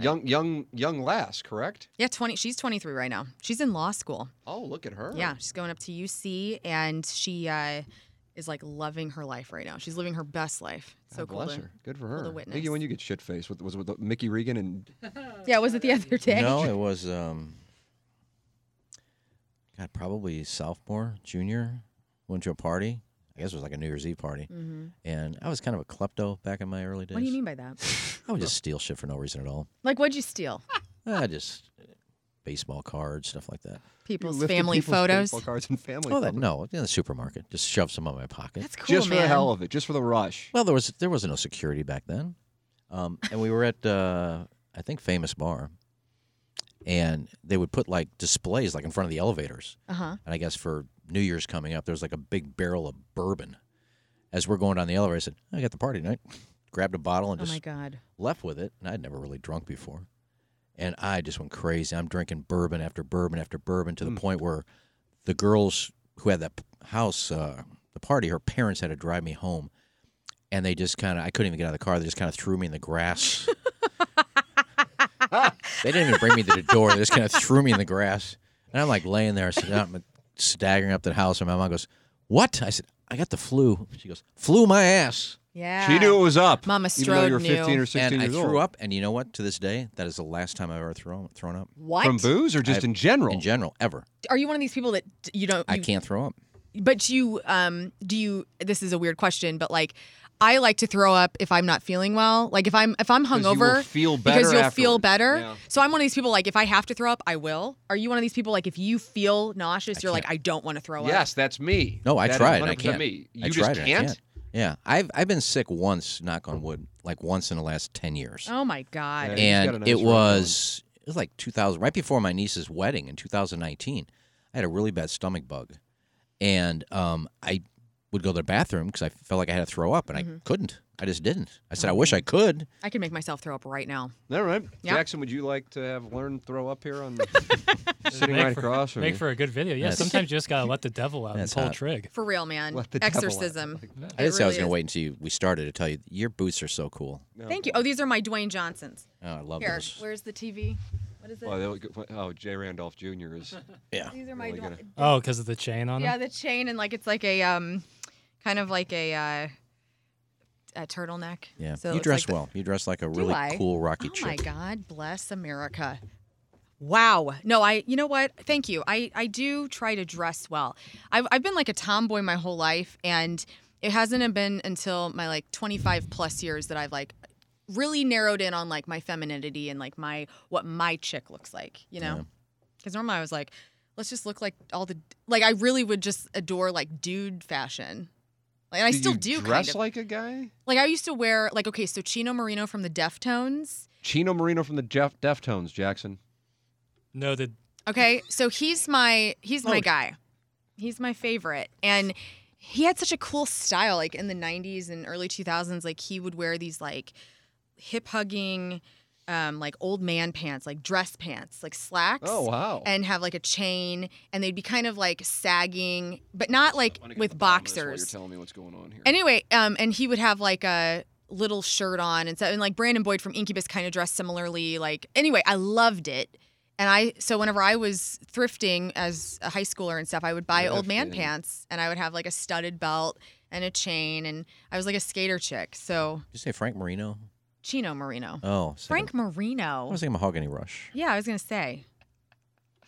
young, young, young lass, correct?
yeah. Twenty. She's twenty three right now. She's in law school.
Oh, look at her.
Yeah, she's going up to UC, and she uh, is like loving her life right now. She's living her best life. So
God
cool.
bless
to-
her. Good for
cool to
her.
witness.
Mickey, when you get shit faced, with, was it with Mickey Regan and
Yeah, was it the other day?
No, it was um God, probably sophomore, junior. Went to a party. I guess it was like a New Year's Eve party. And I was kind of a klepto back in my early
Mm-hmm.
days.
What do you mean by that?
I would just steal shit for no reason at all.
Like, what'd you steal?
I just uh, baseball cards, stuff like that.
You
People's
lifted
family
people's
photos.
baseball cards and family
Oh, that,
photos.
no, in the supermarket. Just shove some in my pocket.
That's cool,
just for
man.
the hell of it, just for the rush.
Well, there was there was no security back then, um, and we were at uh, I think Famous Bar, and they would put like displays like in front of the elevators,
Uh-huh.
and I guess for New Year's coming up, there was like a big barrel of bourbon. As we're going down the elevator, I said, "I got the party tonight." Grabbed a bottle and
Oh my
just
god.
left with it, and I'd never really drunk before, and I just went crazy. I'm drinking bourbon after bourbon after bourbon to the point where the girls who had that p- house, uh, the party, her parents had to drive me home, and they just kind of I couldn't even get out of the car. They just kind of threw me in the grass. they didn't even bring me to the door. They just kind of threw me in the grass, and I'm like laying there, so I'm staggering up to the house, and my mom goes, "What?" I said, "I got the flu." She goes, "Flu my ass."
Yeah.
She knew it was up.
Mama
even though
Strode
you were 15
knew.
or 16
and
years
I
old.
threw up, and you know what? To this day, that is the last time I've ever thrown thrown up
What?
From booze or just
I've-
in general?
in general ever.
Are you one of these people that d- you don't?
I
you-
can't throw up.
But you, um, do you? This is a weird question, but like, I like to throw up if I'm not feeling well. Like if I'm if I'm
'Cause you will
hungover,
feel better
because you'll feel
afterwards.
better.
Yeah.
So I'm one of these people like if I have to throw up, I will. Are you one of these people like if you feel nauseous, you're like I don't want to throw up?
Yes, that's me.
No, I
That is
tried. and I
100%
can't.
Me. You
I
just
tried and I
can't?
Yeah, I've I've been sick once. Knock on wood, like once in the last ten years,
Oh my god.
Yeah. he's got a
and
nice
it
round
was it was like 2000, right before my niece's wedding in 2019. I had a really bad stomach bug, and um, I would go to the bathroom because I felt like I had to throw up, and
Mm-hmm.
I couldn't. I just didn't. I said, I wish I could.
I can make myself throw up right now.
All right.
Yeah.
Jackson, would you like to have learned throw up here on the sitting
Make
right
for-
across? from
Make
you?
for a good video. Yeah,
That's-
sometimes you just gotta let the devil out and
That's
pull
hot.
trig.
For real, man.
Let the devil out.
Exorcism.
I did
It
say I
really
was going
is.
to wait until we started to tell you your boots are so cool.
Thank you. Oh, these are my Dwayne Johnsons.
Oh, I love
Here,
those.
where's the TV?
What is it?
Well, that would go- oh, Jay Randolph Jr. is.
Yeah.
These are my.
really
doll-
gonna-
Oh, because of the chain on
Yeah,
it.
the chain and like it's like a um, kind of like a uh, a turtleneck.
Yeah.
So it
you
looks like
dress
the-
well. You dress like a
Do
really
I?
cool Rocky
Oh
chick.
my God, bless America. Wow. No, I. You know what? Thank you. I I do try to dress well. I've I've been like a tomboy my whole life, and it hasn't been until my like 25 plus years that I've like really narrowed in on like my femininity and like my what my chick looks like. You know, because normally I was like, let's just look like all the like I really would just adore like dude fashion. Like, and I
Did
still
you
do
dress
kind of.
like a guy.
like I used to wear like okay, so Chino Marino from the Deftones.
Chino Marino from the Jeff Deftones, Jackson.
Noted.
Okay, so he's my he's my guy. He's my favorite, and he had such a cool style. Like in the '90s and early 2000s, like he would wear these like hip hugging, um, like old man pants, like dress pants, like slacks.
Oh wow.
And have like a chain, and they'd be kind of like sagging, but not like with boxers.
telling me what's going on here.
Anyway, um, and he would have like a little shirt on and so and like Brandon Boyd from Incubus kind of dressed similarly. Like anyway, I loved it. And I so whenever I was thrifting as a high schooler and stuff, I would buy old man
Thrifting.
pants and I would have like a studded belt and a chain and I was like a skater chick. So
Did you say Frank Marino?
Chino Marino.
Oh, so
Frank
I
Marino.
was thinking Mahogany Rush.
Yeah, I was gonna say.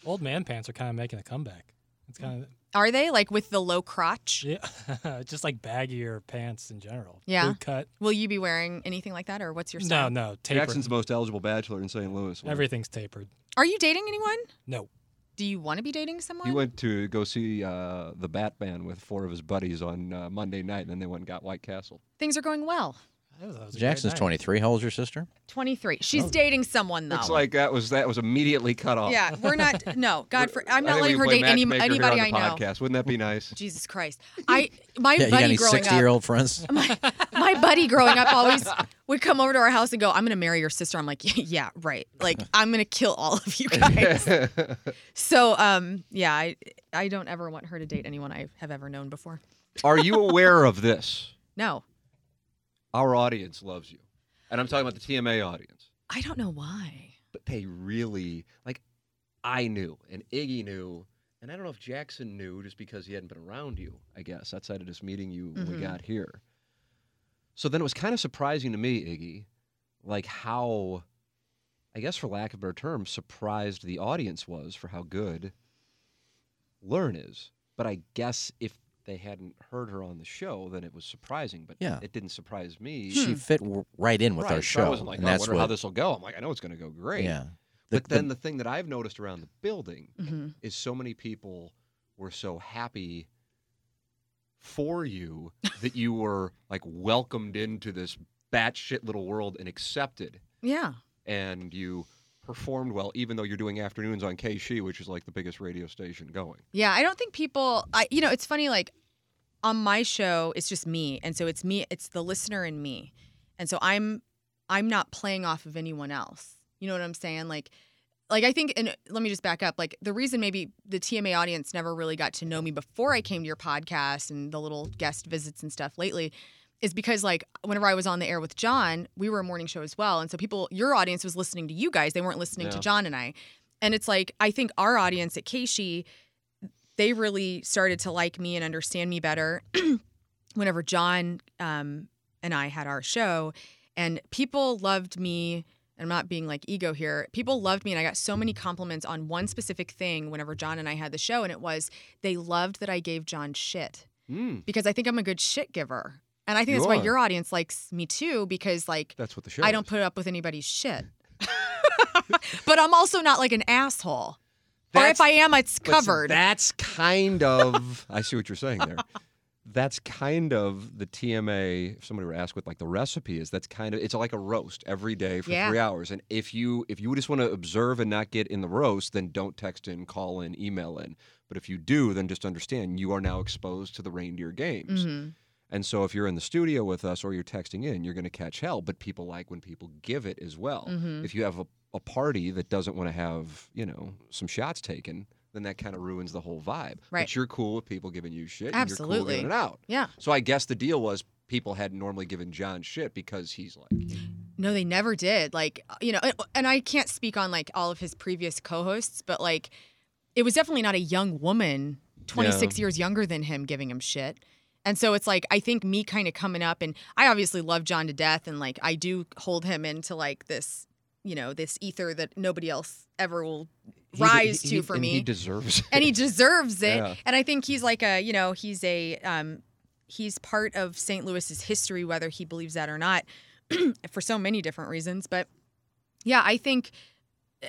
Old man pants are kind of making a comeback. It's kind of
Are they like with the low crotch?
yeah, just like baggier pants in general.
Yeah.
Boot cut.
Will you be wearing anything like that or what's your
No,
style?
no, tapered.
Jackson's the most eligible bachelor in St. Louis.
Everything's tapered.
Are you dating anyone?
No.
Do you want to be dating someone?
He went to go see uh, the Batman with four of his buddies on uh, Monday night, and then they went and got White Castle.
Things are going well.
That was- that was a great
Jackson's
night.
23. How old's your sister?
23.
Oh.
She's dating someone though.
Looks like that was that was immediately cut off.
Oh. Yeah, we're not. No, God, for,
I think
I'm not
we
letting
can
her
play
date any,
matchmaker here
anybody
on
I
the
know.
Podcast, wouldn't that be nice?
Jesus Christ, I my
Yeah, you got
buddy
any
growing
60 year
up,
old friends?
my buddy growing up always would come over to our house and go, "I'm gonna marry your sister." I'm like, "Yeah, right. Like, I'm gonna kill all of you guys." so, um, yeah, I I don't ever want her to date anyone I have ever known before.
Are you aware of this?
No,
Our audience loves you, and I'm talking about the TMA audience.
I don't know why.
but they really like I knew and Iggy knew and I don't know if Jackson knew just because he hadn't been around you, I guess, outside of just meeting you when we got here. So then it was kind of surprising to me, Iggy, like how I guess for lack of a better term, surprised the audience was for how good Learn is. But I guess if they hadn't heard her on the show, then it was surprising. But
Yeah.
it didn't surprise me.
She fit w- right in with
Hmm. Right,
our
so
show.
I wasn't like,
and
oh, I
that's
wonder
what,
how this will go. I'm like, I know it's going to go great.
Yeah. The-
But then the thing that I've noticed around the building
Mm-hmm.
hmm
is so many people were so happy for you that you were like welcomed into this batshit little world and accepted,
Yeah,
and you performed well, even though you're doing afternoons on KSHE, which is like the biggest radio station going.
Yeah, I don't think people. I you know, it's funny. Like on my show, it's just me, and so it's me. It's the listener and me, and so I'm I'm not playing off of anyone else. You know what I'm saying? Like. Like I think, and let me just back up. Like the reason maybe the TMA audience never really got to know me before I came to your podcast and the little guest visits and stuff lately, is because like whenever I was on the air with John, we were a morning show as well, and so people, your audience was listening to you guys. They weren't listening to
Yeah.
John and I, and it's like I think our audience at Keishi, they really started to like me and understand me better whenever John um, and I had our show, and people loved me. and I'm not being like ego here. People loved me, and I got so many compliments on one specific thing whenever John and I had the show, and it was they loved that I gave John shit
Mm,
because I think I'm a good shit giver, and I think
You
that's why
are.
your audience likes me too because like
that's what the show.
I don't
is.
put up with anybody's shit, but I'm also not like an asshole. or
That's-
if I am, it's
But see,
covered.
That's kind of. I see what you're saying there. That's kind of the TMA. If somebody were asked what like the recipe is, that's kind of it's like a roast every day for
Yeah.
three hours. And if you if you just want to observe and not get in the roast, then don't text in, call in, email in. But if you do, then just understand you are now exposed to the reindeer games.
Mhm.
And so if you're in the studio with us or you're texting in, you're going to catch hell. But people like when people give it as well.
Mm-hmm.
If you have a, a party that doesn't want to have, you know, some shots taken, then that kind of ruins the whole vibe. But
Right.
you're cool with people giving you shit. And you're cool
Absolutely.
giving it out.
Yeah.
So I guess the deal was people had normally given John shit because he's like,
No, they never did. Like, uh, you know, and- and I can't speak on like all of his previous co hosts, but like it was definitely not a young woman 26 years younger than him giving him shit. And so it's like, I think me kind of coming up, and I obviously love John to death, and like I do hold him into like this, you know, this ether that nobody else ever will
He-
rise
he-
to
he-
for
and
me
He deserves it.
and he deserves it.
Yeah.
And I think he's like a, you know, he's a, um, he's part of St. Louis's history, whether he believes that or not, for so many different reasons. But yeah, I think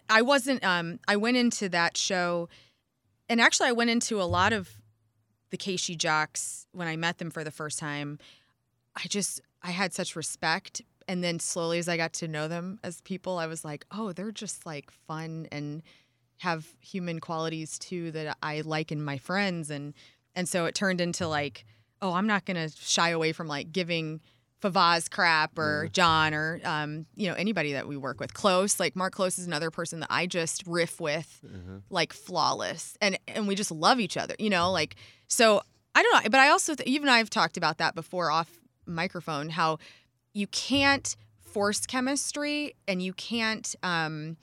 I wasn't. Um, I went into that show, and actually, I went into a lot of the Casey Jocks when I met them for the first time. I just I had such respect, and then slowly as I got to know them as people, I was like, oh, they're just like fun and have human qualities too that I like in my friends, and and so it turned into like, oh, I'm not gonna shy away from like giving Favaz crap or John or um, you know anybody that we work with. Close, like Mark Close is another person that I just riff with,
Uh-huh.
like flawless, and and we just love each other. You know, like so I don't know, but I also th- you and I have talked about that before off microphone how you can't force chemistry and you can't um,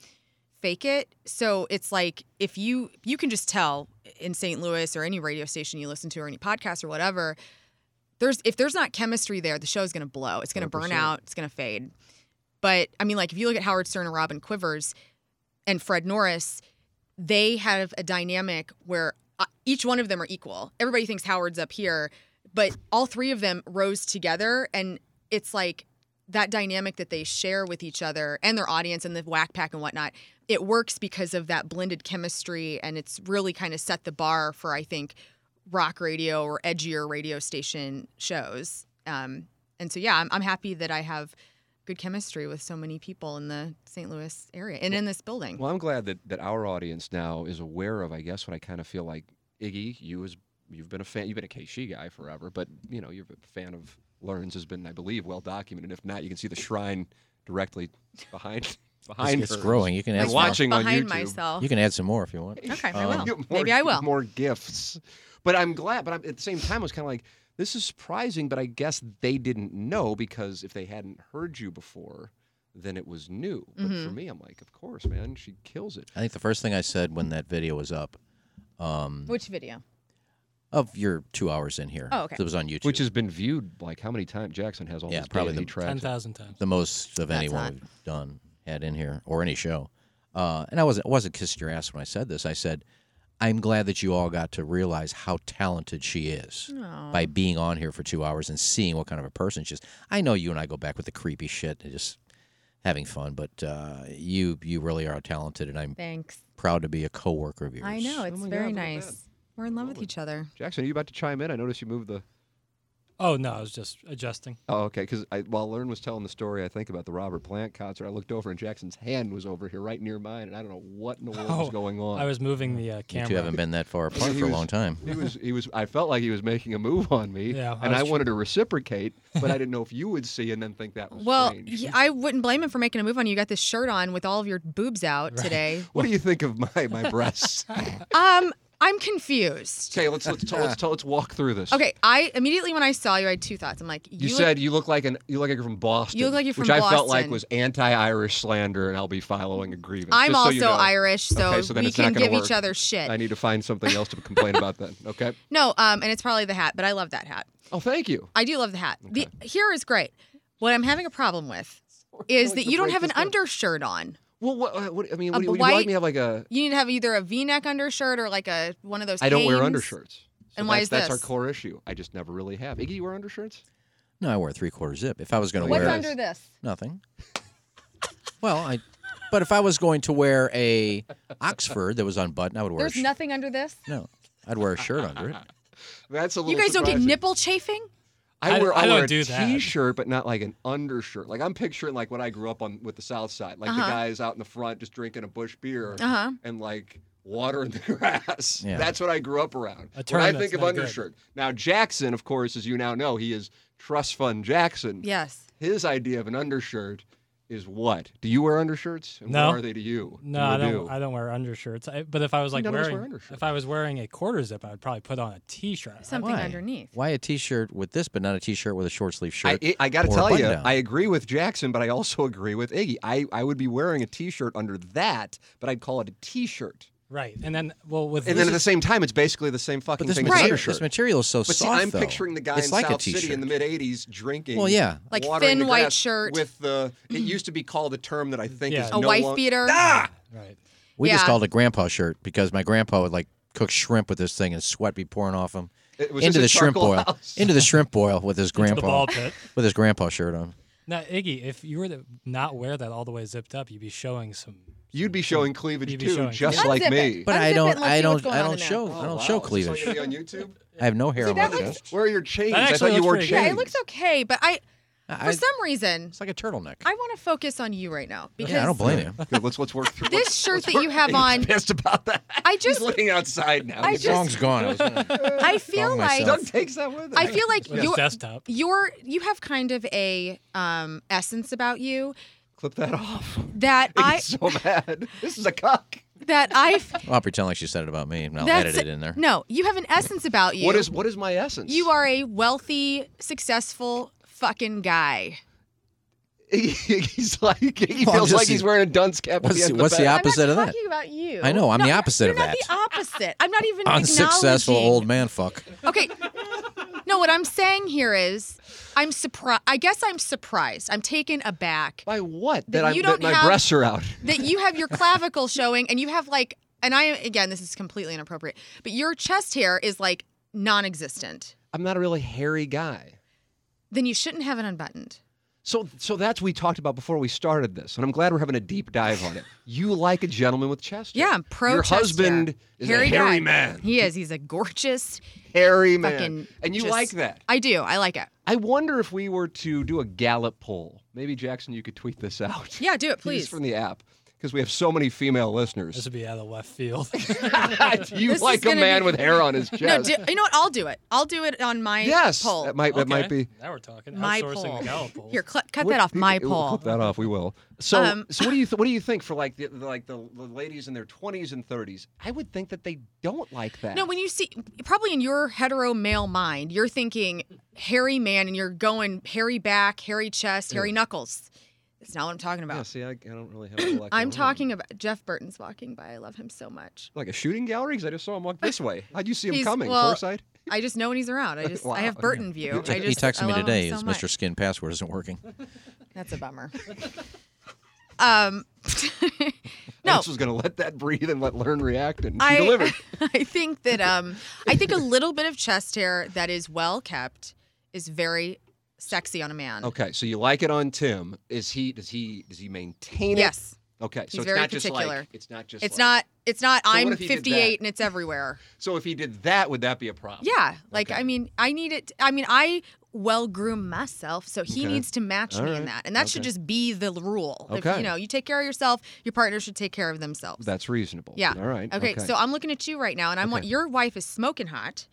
fake it. So it's like if you you can just tell in St. Louis or any radio station you listen to or any podcast or whatever, there's if there's not chemistry there, the show's gonna blow. It's gonna
100%.
burn out. It's gonna fade. But I mean, like if you look at Howard Stern and Robin Quivers and Fred Norris, they have a dynamic where uh, each one of them are equal. Everybody thinks Howard's up here, but all three of them rose together, and it's like that dynamic that they share with each other and their audience and the whack pack and whatnot. It works because of that blended chemistry, and it's really kind of set the bar for I think rock radio or edgier radio station shows. Um, and so yeah, I'm, I'm happy that I have good chemistry with so many people in the St. Louis area and in this building.
Well, I'm glad that, that our audience now is aware of, I guess, what I kind of feel like Iggy, you as you've been a fan, you've been a KC guy forever, but you know, you're a fan of Learns has been, I believe, well documented. If not, you can see the shrine directly behind behind
it's
her.
growing. You can
Like,
add
And
some,
watching on
behind
YouTube.
myself.
You can add some more if you want.
Okay, I
Um,
will.
Get
Maybe I will.
More gifts, but I'm glad. But I'm, at the same time, I was kind of like, this is surprising. But I guess they didn't know because if they hadn't heard you before, then it was new. But
Mm-hmm.
for me, I'm like, of course, man, she kills it.
I think the first thing I said when that video was up um,
Which video?
of your two hours in here,
Oh, okay.
it was on YouTube,
Which has been viewed like how many times Jackson has all
Yeah,
this
probably
data he
the
ten
tracks.
thousand times.
the most of
That's
anyone
hot.
we've done had in here or any show. Uh, and I wasn't I wasn't kissing your ass when I said this. I said, I'm glad that you all got to realize how talented she is by being on here for two hours and seeing what kind of a person she is. I know you and I go back with the creepy shit and just having fun, but uh, you you really are talented, and I'm
Thanks.
proud to be a coworker of yours.
I know it's
Oh my God,
very
look at
nice.
that.
We're in love with each other.
Jackson, are you about to chime in? I noticed you moved the.
Oh no, I was just adjusting.
Oh, okay. Because while Learn was telling the story, I think about the Robert Plant concert. I looked over and Jackson's hand was over here, right near mine, and I don't know what in the world was
Oh,
going on.
I was moving the uh,
You
camera.
two haven't been that far apart
He
for a
was-
long time.
He was, he was. I felt like he was making a move on me,
Yeah, I
and
was
I
tr-
wanted to reciprocate, but I didn't know if you would see and then think that was
Well,
strange.
y- I wouldn't blame him for making a move on you. You got this shirt on with all of your boobs out today.
What do you think of my my breasts?
Um, I'm confused.
okay, let's let's let's, let's let's walk through this.
Okay, I immediately when I saw you, I had two thoughts. I'm like,
You,
you, look-
said you look like an you look like you're from Boston.
You look like you're
which
from
I felt like
Boston.
was anti-Irish slander, and I'll be filing a grievance.
I'm
just so
also
you know.
Irish, so,
Okay, so then
we
it's not
can
gonna
give
work.
each other shit.
I need to find something else to complain about then. Okay.
no, um, and it's probably the hat, but I love that hat.
Oh, thank you.
I do love the hat. The here is great. What I'm having a problem with is
like
that
to
you don't
break
have an
this down.
undershirt on.
Well, what, uh, what I mean,
A
what, do you- would you like
white-
me to have like a?
You need to have either a V-neck undershirt or like a one of those.
I don't wear
Hanes.
undershirts. So
And why
that's,
is
that's our
this?
core issue. I just never really have. Iggy, you wear undershirts?
No, I wore a three quarter zip. If I was going to
What's
wear
under this?
Nothing. well, I. But if I was going to wear a Oxford that was unbuttoned, I would wear.
There's
a sh-
nothing under this.
No, I'd wear a shirt under it.
That's a little.
You guys don't get
surprising.
nipple chafing?
I
I-
wear I,
I
wear
don't
a
do that.
t-shirt, but not like an undershirt. Like I'm picturing like what I grew up on with the South Side, like the guys out in the front just drinking a bush beer
Uh-huh.
and like watering the grass.
Yeah.
That's what I grew up around.
A
When I think
term that's
of
not good.
undershirt. Now Jackson, of course, as you now know, he is trust fund Jackson.
Yes.
His idea of an undershirt is what? Do you wear undershirts? And
No.
What are they to you?
No, I
You
don't. I don't wear undershirts. I, but if I was
You
like
don't always
wearing,
wear undershirts.
if I was wearing a quarter zip, I'd probably put on a t-shirt.
Something
Why?
underneath.
Why a T-shirt with this, but not a T-shirt with a short sleeve
I,
shirt?
I, I got to
or a
tell you,
button-down?
I agree with Jackson, but I also agree with Iggy. I, I would be wearing a T-shirt under that, but I'd call it a T-shirt.
Right, and then well with
And
this
then at the same time, it's basically the same fucking
but this,
thing
material,
as
Right.
undershirt.
this material is so
but
soft.
see, I'm
though.
picturing the guy
it's
in
like
South
a T-shirt.
City in the mid '80s drinking.
Well, yeah.
Like
watering the
thin white
grass
shirt. Mm-hmm.
With the it used to be called a term that I think
Yeah.
is
A
A
no Ah!
wife
lon-
beater.
right.
We just
Yeah.
called it grandpa shirt because my grandpa would like cook shrimp with this thing and sweat be pouring off him
It was just
into
a
the shrimp
charcoal
boil,
house.
into the shrimp boil with his
Into the
grandpa
ball pit.
with his grandpa shirt on.
Now, Iggy, if you were to not wear that all the way zipped up, you'd be showing some.
You'd be showing cleavage
You'd be
too,
showing
just
cleavage.
like
Unzip it.
me.
But
Unzip
I
it
don't,
and let's
I
see what's
don't,
going
I
on
don't
in there.
show, I
Oh,
don't
wow.
show
Is this
cleavage.
all gonna be on YouTube.
I have no hair on my
that
chest.
Where are your chains?
That
I
actually
thought you
looks
wore
pretty
chains.
good.
Yeah, it looks okay, but I for
I,
some reason
it's like a turtleneck.
I want to focus on you right now because
yeah, I don't blame you.
Good, let's let's work through
This
let's-
shirt
let's
that
work-
you have
He's
on-
Pissed about that.
I
He's
just-
looking outside now.
I
He's
The
just-
song's gone. I was gonna-
I feel
Wrong
like
myself.
Doug takes that with him.
I feel like
With his
you're,
desktop.
you're you have kind of a um essence about you
clip that off.
that
I,
I
He's so mad. This is a cuck.
that I
I'll pretend like she said it about me, and I'll
that's
edit it in there.
No, you have an essence about you.
What is what is my essence?
you are a wealthy, successful fucking guy.
he's like he
Well, I'm
feels
just
like he's
seeing-
wearing a dunce cap. at
What's the-
the, end
what's
of
the
bed.
op- Opposite
I'm
of
not
that.
talking about you.
I know, I'm
No,
the
you're-
opposite
you're
of
not
that.
the opposite. I'm not even
Unsuccessful
acknowledging-
old man fuck.
Okay. No, what I'm saying here is, I'm surprised. I guess I'm surprised. I'm taken aback
By what? That,
That
I'm,
you
that
don't
my
have-
breasts are out.
that you have your clavicle showing, and you have like, and I again, this is completely inappropriate, but your chest hair is like non-existent.
I'm not a really hairy guy.
Then you shouldn't have it unbuttoned.
So so that's what we talked about before we started this, and I'm glad we're having a deep dive on it. You like a gentleman with chest? hair.
Yeah, I'm pro.
Your
chest hair.
husband is
hairy
a hairy
guy.
man.
He is. He's a gorgeous
Hairy man,
fucking.
and you
just-
like that.
I do. I like it.
I wonder if we were to do a Gallup poll. Maybe Jackson, you could tweet this out.
Yeah, do it, please.
from the app because we have so many female
This
listeners.
would be out of left field.
do you
This is
like a
gonna
man
be-
with hair on his chest?
No, do, you know what? I'll do it. I'll do it on my
yes,
poll.
that might that might
Okay,
be.
Now we're talking.
my
Outsourcing
poll.
the Gallup poll.
Here, cl- cut
What-
that off. My
we'll
poll.
Clip that off. We will. So,
Um,
so what do you th- what do you think for like the like the, the ladies in their twenties and thirties? I would think that they don't like that.
No, when you see, probably in your hetero male mind, you're thinking hairy man and you're going hairy back, hairy chest, hairy knuckles. That's not what I'm talking about.
yeah, see, I, I don't really have. A
I'm talking about Jeff Burton's walking by. I love him so much.
like a shooting gallery because I just saw him walk this way. How'd you see him
He's-
coming?
well-
Foresight.
I just know when he's around. I just,
Wow.
I have Burton view. I just,
he texted
I
me
love him
today.
so
His
much.
Mr. Skin password isn't working.
That's a bummer. um,
I
no,
just was gonna let that breathe and let learn react, and she
I,
delivered.
I think that um, I think a little bit of chest hair that is well kept is very sexy on a man.
Okay, so you like it on Tim? Is he? Does he? Does he maintain it?
Yes.
Okay, so
He's
it's
very
not just
particular.
like it's not just
It's
like-
not. It's not.
So what
I'm
if he did
58
that?
and it's everywhere.
So if he did that, would that be a problem?
Yeah. Like
Okay.
I mean, I need it. I mean, I well groom myself, so he
Okay.
needs to match
All
me
right.
in that, and that should
Okay.
just be the rule. If,
Okay.
you know, you take care of yourself. Your partner should take care of themselves.
That's reasonable.
Yeah.
All right.
Okay, so I'm looking at you right now, and I am want
Okay.
your wife is smoking hot,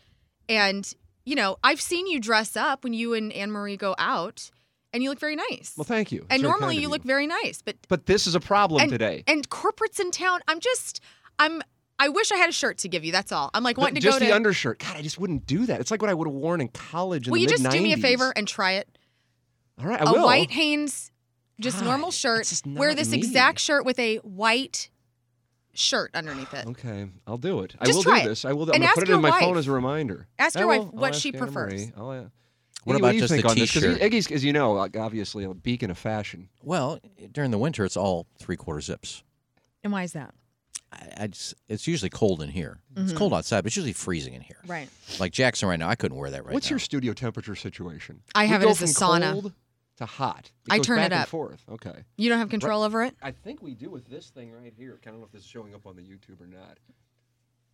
and you know I've seen you dress up when you and Anne Marie go out, and you look very nice.
Well, thank you. It's
and
very
normally
kind of
you look very nice, but
But this is a problem
and,
today.
and corporates in town. I'm just I'm I wish I had a shirt to give you. That's all. I'm like
The-
wanting to
just
go
the
to.
undershirt. God, I just wouldn't do that. It's like what I would have worn in college. In
will
the
you just do me a
mid-nineties.
favor and try it?
All right, I
A
will.
white Hanes, just
God,
normal shirt.
that's just
Wear
not
this
me.
exact shirt with a white shirt underneath it.
Okay, I'll do it. I
Just
will
try
do
it.
this. I will. I'm
And
gonna
ask
put it
your
in my phone
wife.
as a reminder.
Ask
I
your wife
will.
what
I'll ask
she
Anna
prefers.
Marie. I'll, uh,
What
Iggy, what
about
do you
just
think
the
on this? 'Cause he-
t-shirt?
Iggy's, as you know, like, obviously a beacon of fashion.
Well, during the winter, it's all three quarter zips.
And why is that?
I, I just, it's usually cold in here. It's cold outside, but it's usually freezing in here.
Right.
Like Jackson right now, I couldn't wear that right
What's
now.
your studio temperature situation?
I
We
have it
go
as a
from
sauna.
Cold to hot.
I
goes
turn
back
it
and
up.
forth. Okay.
You don't have control over it.
I think we do with this thing right here. I don't know if this is showing up on the YouTube or not.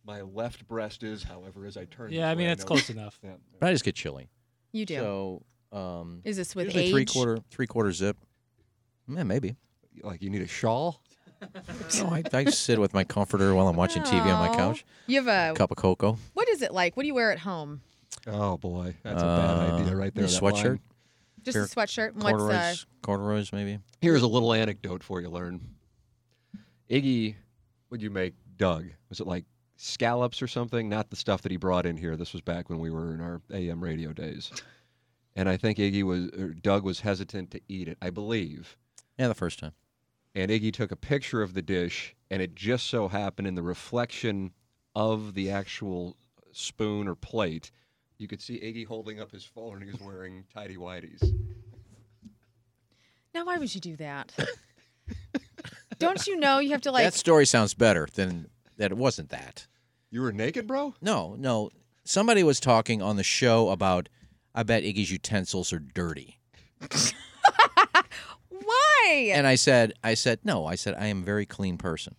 My left breast is, however, as I turn.
Yeah, I
this way,
mean it's
know-
close enough.
Yeah.
But I just get chilly.
You do.
So, um,
Is this with
usually
age?
three quarter three quarter zip. Yeah, maybe.
uh, Like you need a shawl.
No, I, I sit with my comforter while I'm watching TV on my couch.
You have a.
Cup of cocoa.
What is it like? What do you wear at home?
Oh boy, that's a bad
Uh,
idea right
a
there. that
sweatshirt?
line.
Just
Fair-
a sweatshirt. and What's uh,
corduroys, corduroys maybe.
Here's a little anecdote for you, learn. Iggy, what'd you make Doug? Was it like scallops or something? Not the stuff that he brought in here. This was back when we were in our AM radio days. And I think Iggy was, or Doug was hesitant to eat it, I believe.
Yeah, the first time.
And Iggy took a picture of the dish, and it just so happened in the reflection of the actual spoon or plate, you could see Iggy holding up his phone and he was wearing tidy whities.
now? Why would you do that? Don't you know you have to like?
that story sounds better than that. It wasn't that.
You were naked, bro?
No, no. Somebody was talking on the show about. I bet Iggy's utensils are dirty.
why?
And I said, I said, no. I said, I am a very clean person.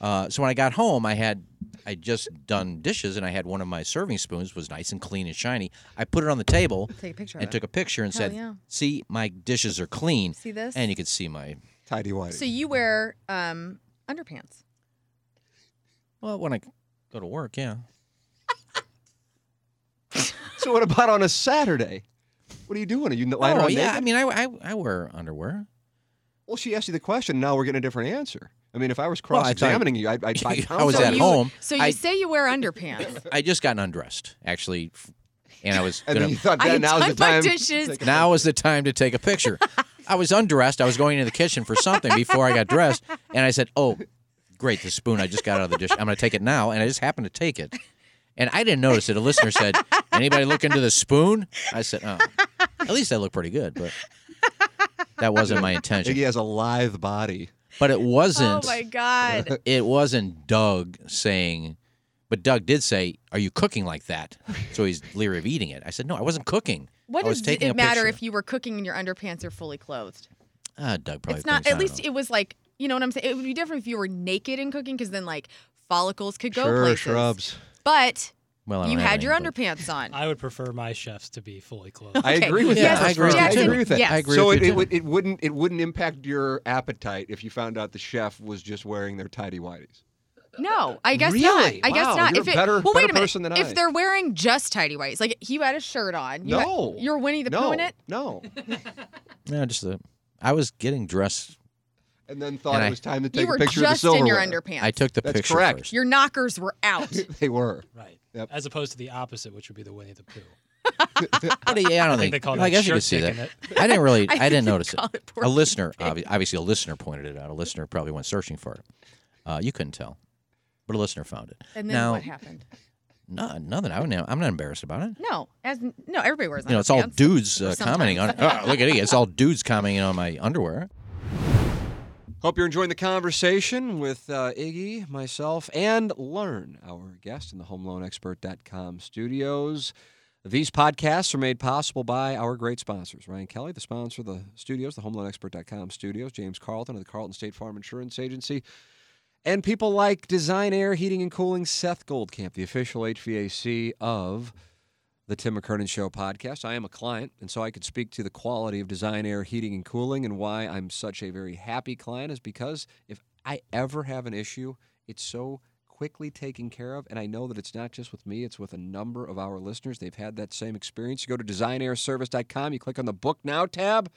Uh, so when I got home, I had, I just done dishes, and I had one of my serving spoons was nice and clean and shiny. I put it on the table
Take a picture of
and
it.
took a picture and
Hell
said,
yeah.
"See, my dishes are clean."
See this?
And you could see my
Tidy whities.
so you wear um underpants.
well when I go to work. Yeah,
So what about on a Saturday? What are you doing? Are you lying
oh
around
yeah.
naked?
I mean, I, I I wear underwear.
well, she asked you the question. Now we're getting a different answer. I mean, if I was
Well, I thought-
cross-examining you, I'd, I'd, I'd
I was
pounce on
at
you.
you,
home.
So you
I-
say you wear underpants.
I just gotten undressed actually, f- and I was
And
gonna,
then you thought
I
that
had
now's the
done my
time.
dishes.
now is the time to take a picture. I was undressed. I was going into the kitchen for something before I got dressed, and I said, "Oh, great, the spoon I just got out of the dish. I'm going to take it now." And I just happened to take it, and I didn't notice it. A listener said, "Anybody look into the spoon?" I said, "Oh, at least I look pretty good," but that wasn't my
Iggy
intention.
has a lithe body.
But it
Oh
wasn't.
my god.
Uh, It wasn't Doug saying. But Doug did say, "Are you cooking like that?" So he's leery of eating it. I said, "No, I wasn't cooking.
What
I was
does
taking a
it matter
picture."
if you were cooking in your underpants or fully clothed?
Ah, Doug probably
it's not.
thinks, I
At
don't
least
know.
it was like you know what I'm saying. It would be different if you were naked and cooking because then like follicles could go
sure,
places.
shrubs.
But
Well, I don't
you
have
had your
any, but-
underpants on.
I would prefer my chefs to be fully clothed.
I
Okay.
agree with
Yes,
that.
I agree with you
I
Jackson,
agree with that.
yes. I
agree
so
with
it,
you
it,
too.
would- it wouldn't it wouldn't impact your appetite if you found out the chef was just wearing their tidy whities.
No, I guess
Really?
not. I
Wow,
guess not.
you're
if
a
it,
better- better
well, wait a minute.
person than I.
If they're wearing just tidy whities, like you had a shirt on. You
No.
had- you're Winnie the
no,
Pooh in it.
no.
No, just the. I was getting dressed.
And then thought
And
it
I-
was time to take
You were
a picture of the
just in your
silverware.
underpants.
I took the
That's
picture
correct.
first.
your knockers were out.
They were.
right.
Yep.
As opposed to the opposite, which would be the Winnie the Pooh.
But yeah, I
I
don't
think
think.
they call
well,
that
I guess you
shirt
could see that.
kicking
I didn't really.
I
I,
think
didn't
they
notice it.
call it
a
porky
listener, obvi- obviously, a listener pointed it out. A listener probably went searching for it. Uh, you couldn't tell, but a listener found it.
And then
now,
what happened?
No, nothing. I wouldn't, I'm not embarrassed about it.
No, as no, everybody wears.
You know, it's all
underpants.
dudes uh,
sometimes.
commenting on. Oh, look at it. It's all dudes commenting on my underwear.
Hope you're enjoying the conversation with uh, Iggy, myself, and Learn, our guest in the HomeLoanExpert.com studios. These podcasts are made possible by our great sponsors Ryan Kelly, the sponsor of the studios, the HomeLoanExpert.com studios, James Carlton of the Carlton State Farm Insurance Agency, and people like Design Air Heating and Cooling, Seth Goldcamp, the official HVAC of the Tim McKernan Show podcast. I am a client, and so I could speak to the quality of design air, heating, and cooling, and why I'm such a very happy client is because if I ever have an issue, it's so quickly taken care of. And I know that it's not just with me, it's with a number of our listeners. They've had that same experience. You go to designairservice.com, you click on the book now tab.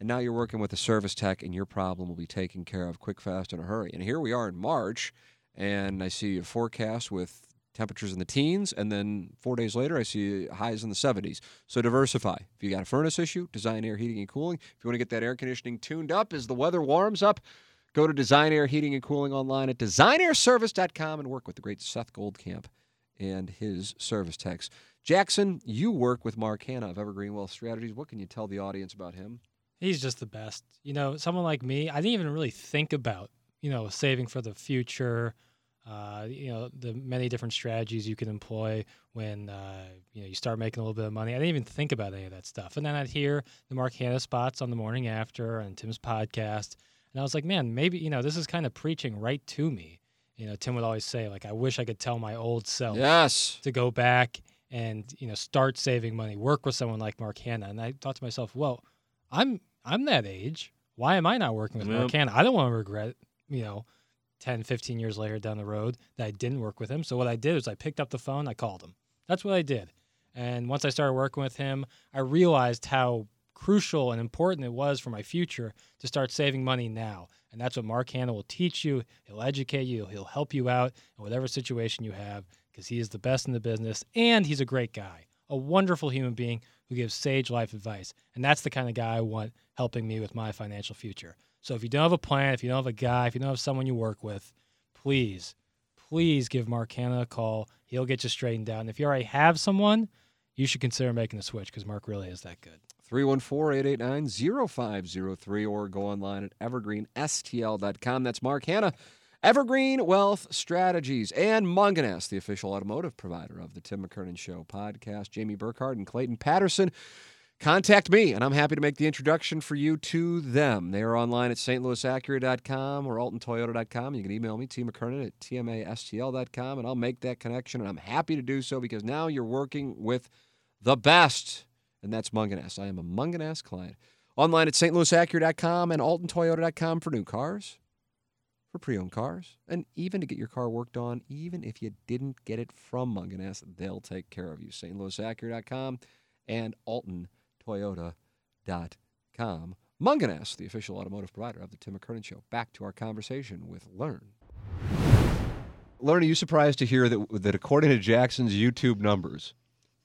And now you're working with a service tech, and your problem will be taken care of quick, fast, in a hurry. And here we are in March, and I see a forecast with temperatures in the teens, and then four days later, I see highs in the 70s. So diversify. If you got a furnace issue, design air heating and cooling. If you want to get that air conditioning tuned up as the weather warms up, go to Design Air Heating and Cooling online at designairservice.com and work with the great Seth Goldcamp and his service techs. Jackson, you work with Mark Hanna of Evergreen Wealth Strategies. What can you tell the audience about him?
He's just the best. You know, someone like me, I didn't even really think about, you know, saving for the future, uh, you know, the many different strategies you can employ when, uh, you know, you start making a little bit of money. I didn't even think about any of that stuff. And then I'd hear the Mark Hanna spots on the morning after and Tim's podcast. And I was like, man, maybe, you know, this is kind of preaching right to me. You know, Tim would always say, like, I wish I could tell my old self
Yes.
to go back and you know start saving money work with someone like mark hanna and i thought to myself well i'm i'm that age why am i not working with mark hanna i don't want to regret you know 10 15 years later down the road that i didn't work with him so what i did is i picked up the phone i called him that's what i did and once i started working with him i realized how crucial and important it was for my future to start saving money now. And that's what Mark Hanna will teach you. He'll educate you. He'll help you out in whatever situation you have because he is the best in the business and he's a great guy, a wonderful human being who gives sage life advice. And that's the kind of guy I want helping me with my financial future. So if you don't have a plan, if you don't have a guy, if you don't have someone you work with, please, please give Mark Hanna a call. He'll get you straightened out. And if you already have someone, you should consider making the switch because Mark really is that good.
314-889-0503 or go online at evergreenstl.com. That's Mark Hanna, Evergreen Wealth Strategies, and Munganess, the official automotive provider of the Tim McKernan Show podcast. Jamie Burkhardt and Clayton Patterson. Contact me, and I'm happy to make the introduction for you to them. They are online at stlouisacura.com or altontoyota.com. You can email me, T. McKernan at tmastl.com, and I'll make that connection, and I'm happy to do so because now you're working with the best and that's Munganess. I am a Munganess client. Online at stlouisacura.com and altontoyota.com for new cars, for pre-owned cars, and even to get your car worked on, even if you didn't get it from Munganess, they'll take care of you. stlouisacura.com and altontoyota.com. Munganess, the official automotive provider of the Tim McKernan Show. Back to our conversation with Learn. Learn, are you surprised to hear that, that according to Jackson's YouTube numbers,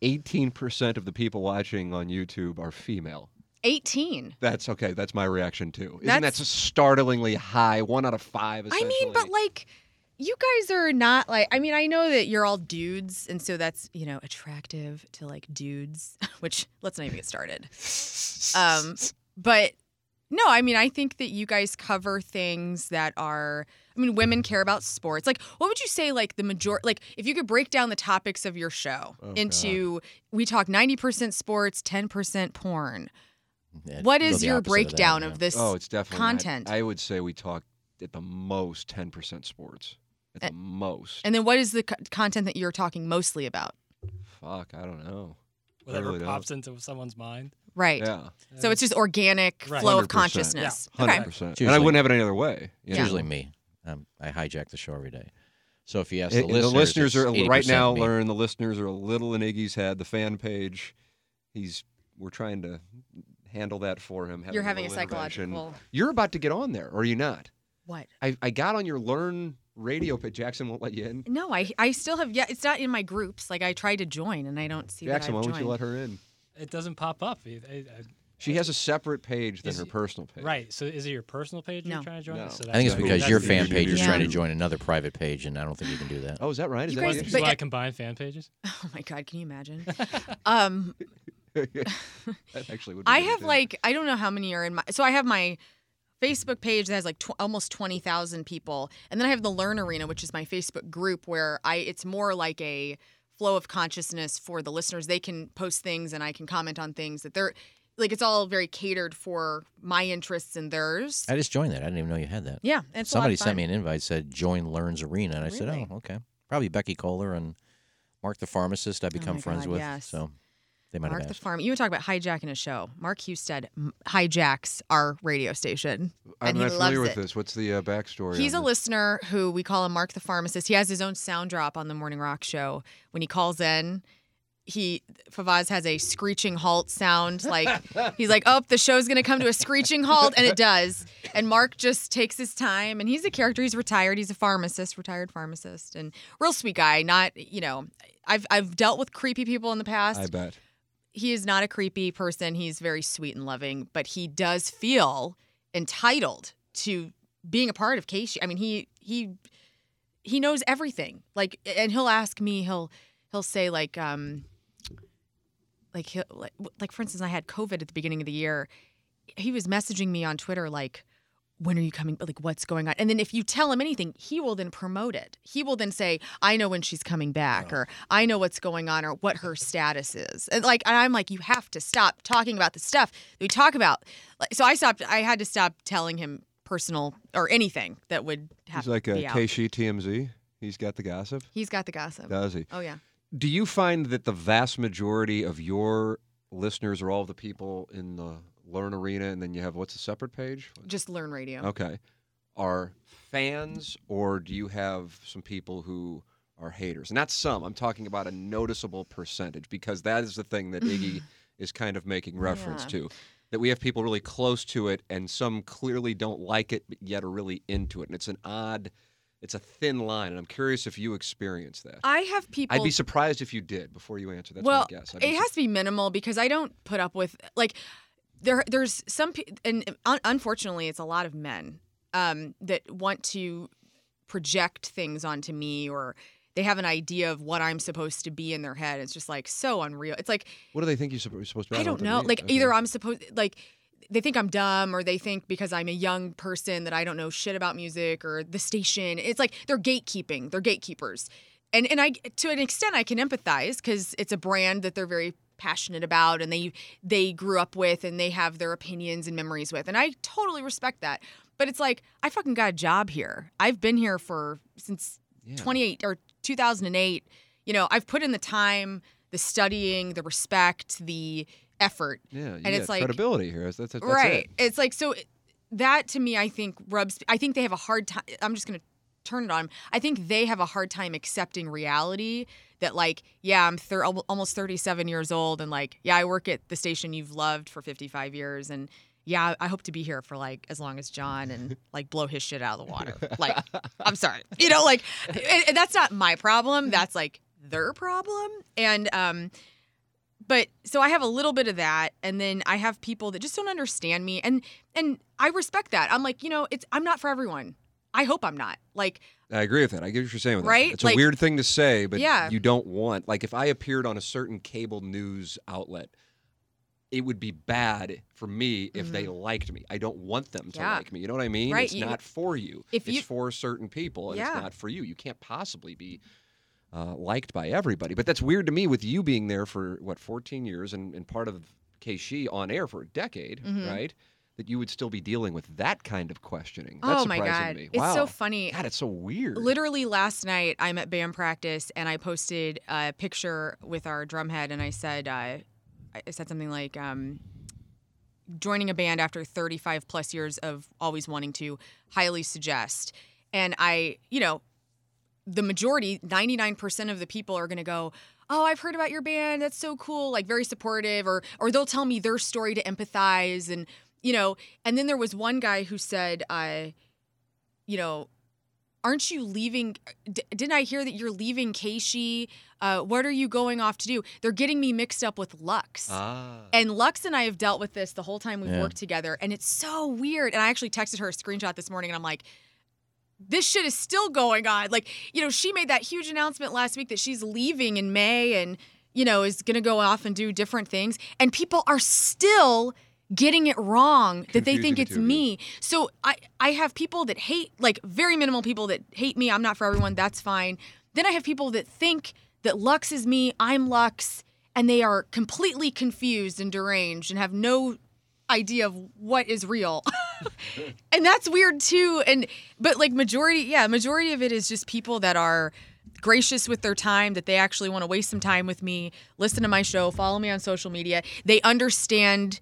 18% of the people watching on YouTube are female.
18.
That's okay. That's my reaction too. Isn't that
That's-
just startlingly high? One out of five.
I mean, but
essentially.
like, you guys are not like, I mean, I know that you're all dudes, and so that's, you know, attractive to like dudes, which let's not even get started. Um, but no, I mean, I think that you guys cover things that are, I mean, women care about sports. Like, what would you say, like, the major, like, if you could break down the topics of your show
Oh,
into we talk 90% sports, 10% porn,
Yeah,
what
go
is
the
your
opposite of that,
breakdown
yeah.
of, this?
oh, it's definitely not.
content.
I would say we talk at the most 10% sports. At the
Uh,
most.
and then what is the co- content that you're talking mostly about?
Fuck, I don't know. I
Whatever
really don't.
pops into someone's mind.
Right.
Yeah.
So it's just organic
Right.
flow
100%.
of consciousness.
Yeah.
Okay.
100%.
Okay.
And I
Usually-
wouldn't have it any other way. you
It's
know?
usually me. Um, I hijack the show every day. So if you ask
Eh,
the listeners, it's
are right
80%
now.
me.
Learn the listeners are a little in Iggy's head. The fan page, he's we're trying to handle that for him.
You're having a
little intervention.
psychological.
You're about to get on there, or are you not?
What?
I, I got on your Learn radio, but Jackson won't let you in.
No, I I still have yet. It's not in my groups. Like I tried to join and I don't see
Jackson,
that
why
I've
won't
joined.
you let her in?
It doesn't pop up. It- it- I-
She has a separate page than
Is
her
it-
personal page.
Right. So is it your personal page
No.
you're trying to join?
No.
So
I
I think it's
that's-
because
that's
your
the
fan
issue.
page is
Yeah.
trying to join another private page, and I don't think you can do that.
Oh, is that right? Is
You
that
guys-
the
This
issue?
is
But-
why I combine fan pages.
Oh my god, can you imagine? um,
that actually would. Be
I
good,
have
too.
like I don't know how many are in my. So I have my Facebook page that has like tw- almost twenty thousand people, and then I have the Learn Arena, which is my Facebook group where I it's more like a flow of consciousness for the listeners. They can post things and I can comment on things that they're like. It's all very catered for my interests and theirs.
I just joined that. I didn't even know you had that.
yeah, and it's a lot
Somebody
of
sent
fun.
me an invite said join Learn's Arena, and I
Really?
said, oh, okay. Probably Becky Kohler and Mark the pharmacist. I become
Oh my
friends
God,
with.
yes.
So they might
Mark
have
the
asked.
Farm. You would talk about hijacking a show. Mark Husted m- hijacks our radio station,
I'm
and
not
he
familiar
loves
with
it.
this. What's the uh, backstory?
He's a
on
listener who we call him Mark the Pharmacist. He has his own sound drop on the Morning Rock Show. When he calls in, he Favaz has a screeching halt sound. Like he's like, "Oh, the show's gonna come to a screeching halt," and it does. And Mark just takes his time, and he's a character. He's retired. He's a pharmacist, retired pharmacist, and real sweet guy. Not you know, I've I've dealt with creepy people in the
this?
past
I bet.
he is not a creepy person. He's very sweet and loving, but he does feel entitled to being a part of Casey. I mean, he he he knows everything. Like, and he'll ask me. He'll he'll say like um like he'll, like like for instance, I had COVID at the beginning of the year. He was messaging me on Twitter like. When are you coming? Like, what's going on? And then if you tell him anything, he will then promote it. He will then say, "I know when she's coming back," or
Oh.
"I know what's going on," or what her status is. And like, and I'm like, you have to stop talking about the stuff that we talk about. Like, so I stopped. I had to stop telling him personal or anything that would happen.
He's like uh, a Keishi TMZ. He's got the gossip.
He's got the gossip.
Does he?
Oh yeah.
Do you find that the vast majority of your listeners are all the people in the Learn Arena, and then you have what's a separate page?
Just learn radio.
Okay, are fans, or do you have some people who are haters? Not some. I'm talking about a noticeable percentage because that is the thing that Iggy is kind of making reference
Yeah.
to. that we have people really close to it and some clearly don't like it but yet are really into it. And it's an odd, it's a thin line. And I'm curious if you experience that.
I have people.
I'd be surprised if you did before you answer. That's
well,
my guess. I'd be
it
sur-
has to be minimal because I don't put up with like there. There's some, pe- and un- unfortunately, it's a lot of men um, that want to project things onto me, or they have an idea of what I'm supposed to be in their head. It's just like so unreal. It's like
what do they think you're suppo- you're supposed to be?
I don't
what that
know.
means.
Like
Okay.
either I'm supposed like they think I'm dumb or they think because I'm a young person that I don't know shit about music or the station. It's like they're gatekeeping. They're gatekeepers. And and I to an extent I can empathize cuz it's a brand that they're very passionate about and they they grew up with and they have their opinions and memories with. And I totally respect that. But it's like I fucking got a job here. I've been here for since
Yeah.
28 or 2008 you know i've put in the time the studying the respect the effort
Yeah, you
and it's
got
like
credibility here. That's, that's, that's
right
It.
it's like so that to me i think rubs i think they have a hard time i'm just going to turn it on 'em. i think they have a hard time accepting reality that like yeah i'm thir- al- almost 37 years old and like yeah i work at the station you've loved for 55 years and yeah i hope to be here for like as long as john and like blow his shit out of the water like i'm sorry you know like and- and that's not my problem that's like their problem and um but so I have a little bit of that, and then I have people that just don't understand me, and and I respect that. I'm like, you know, it's I'm not for everyone. I hope I'm not. Like,
I agree with that. I get what you're saying with that.
Right?
It's a
Like-
weird thing to say, but
Yeah.
you don't want like if I appeared on a certain cable news outlet, it would be bad for me if they liked me. I don't want them to
Mm-hmm. Yeah.
like me. You know what I mean?
Right,
It's
you-
not for you.
if
it's
you-
for certain people and
Yeah.
it's not for you. You can't possibly be uh, liked by everybody. But that's weird to me with you being there for what 14 years and, and part of Keishi on air for a decade,
Mhm.
right? That you would still be dealing with that kind of questioning. That's
oh my
surprising
god,
to me.
it's
wow.
so funny.
God, it's so weird.
Literally last night, I'm at band practice, and I posted a picture with our drumhead, and I said, uh, I I said something like, um, joining a band after 35 plus years of always wanting to, highly suggest. And I, you know, the majority, 99% of the people are going to go, "Oh, I've heard about your band. That's so cool." Like very supportive or or they'll tell me their story to empathize and you know, and then there was one guy who said, "I you know, aren't you leaving d- didn't I hear that you're leaving Keishi? Uh, what are you going off to do? They're getting me mixed up with Lux."
Ah.
And Lux and I have dealt with this the whole time we've
Yeah.
worked together, and it's so weird. And I actually texted her a screenshot this morning, and I'm like, this shit is still going on. Like, you know, she made that huge announcement last week that she's leaving in May and, you know, is going to go off and do different things. And people are still getting it wrong that they
Confusing
think
the
it's
two of you.
me. So I, I have people that hate, like, very minimal people that hate me. I'm not for everyone. That's fine. Then I have people that think that Lux is me, I'm Lux, and they are completely confused and deranged and have no idea of what is real. and that's weird too. And but like majority, yeah, majority of it is just people that are gracious with their time that they actually want to waste some time with me, listen to my show, follow me on social media. They understand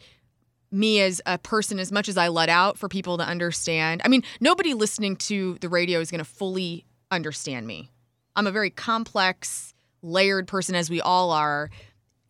me as a person as much as I let out for people to understand. I mean, nobody listening to the radio is going to fully understand me. I'm a very complex, layered person, as we all are.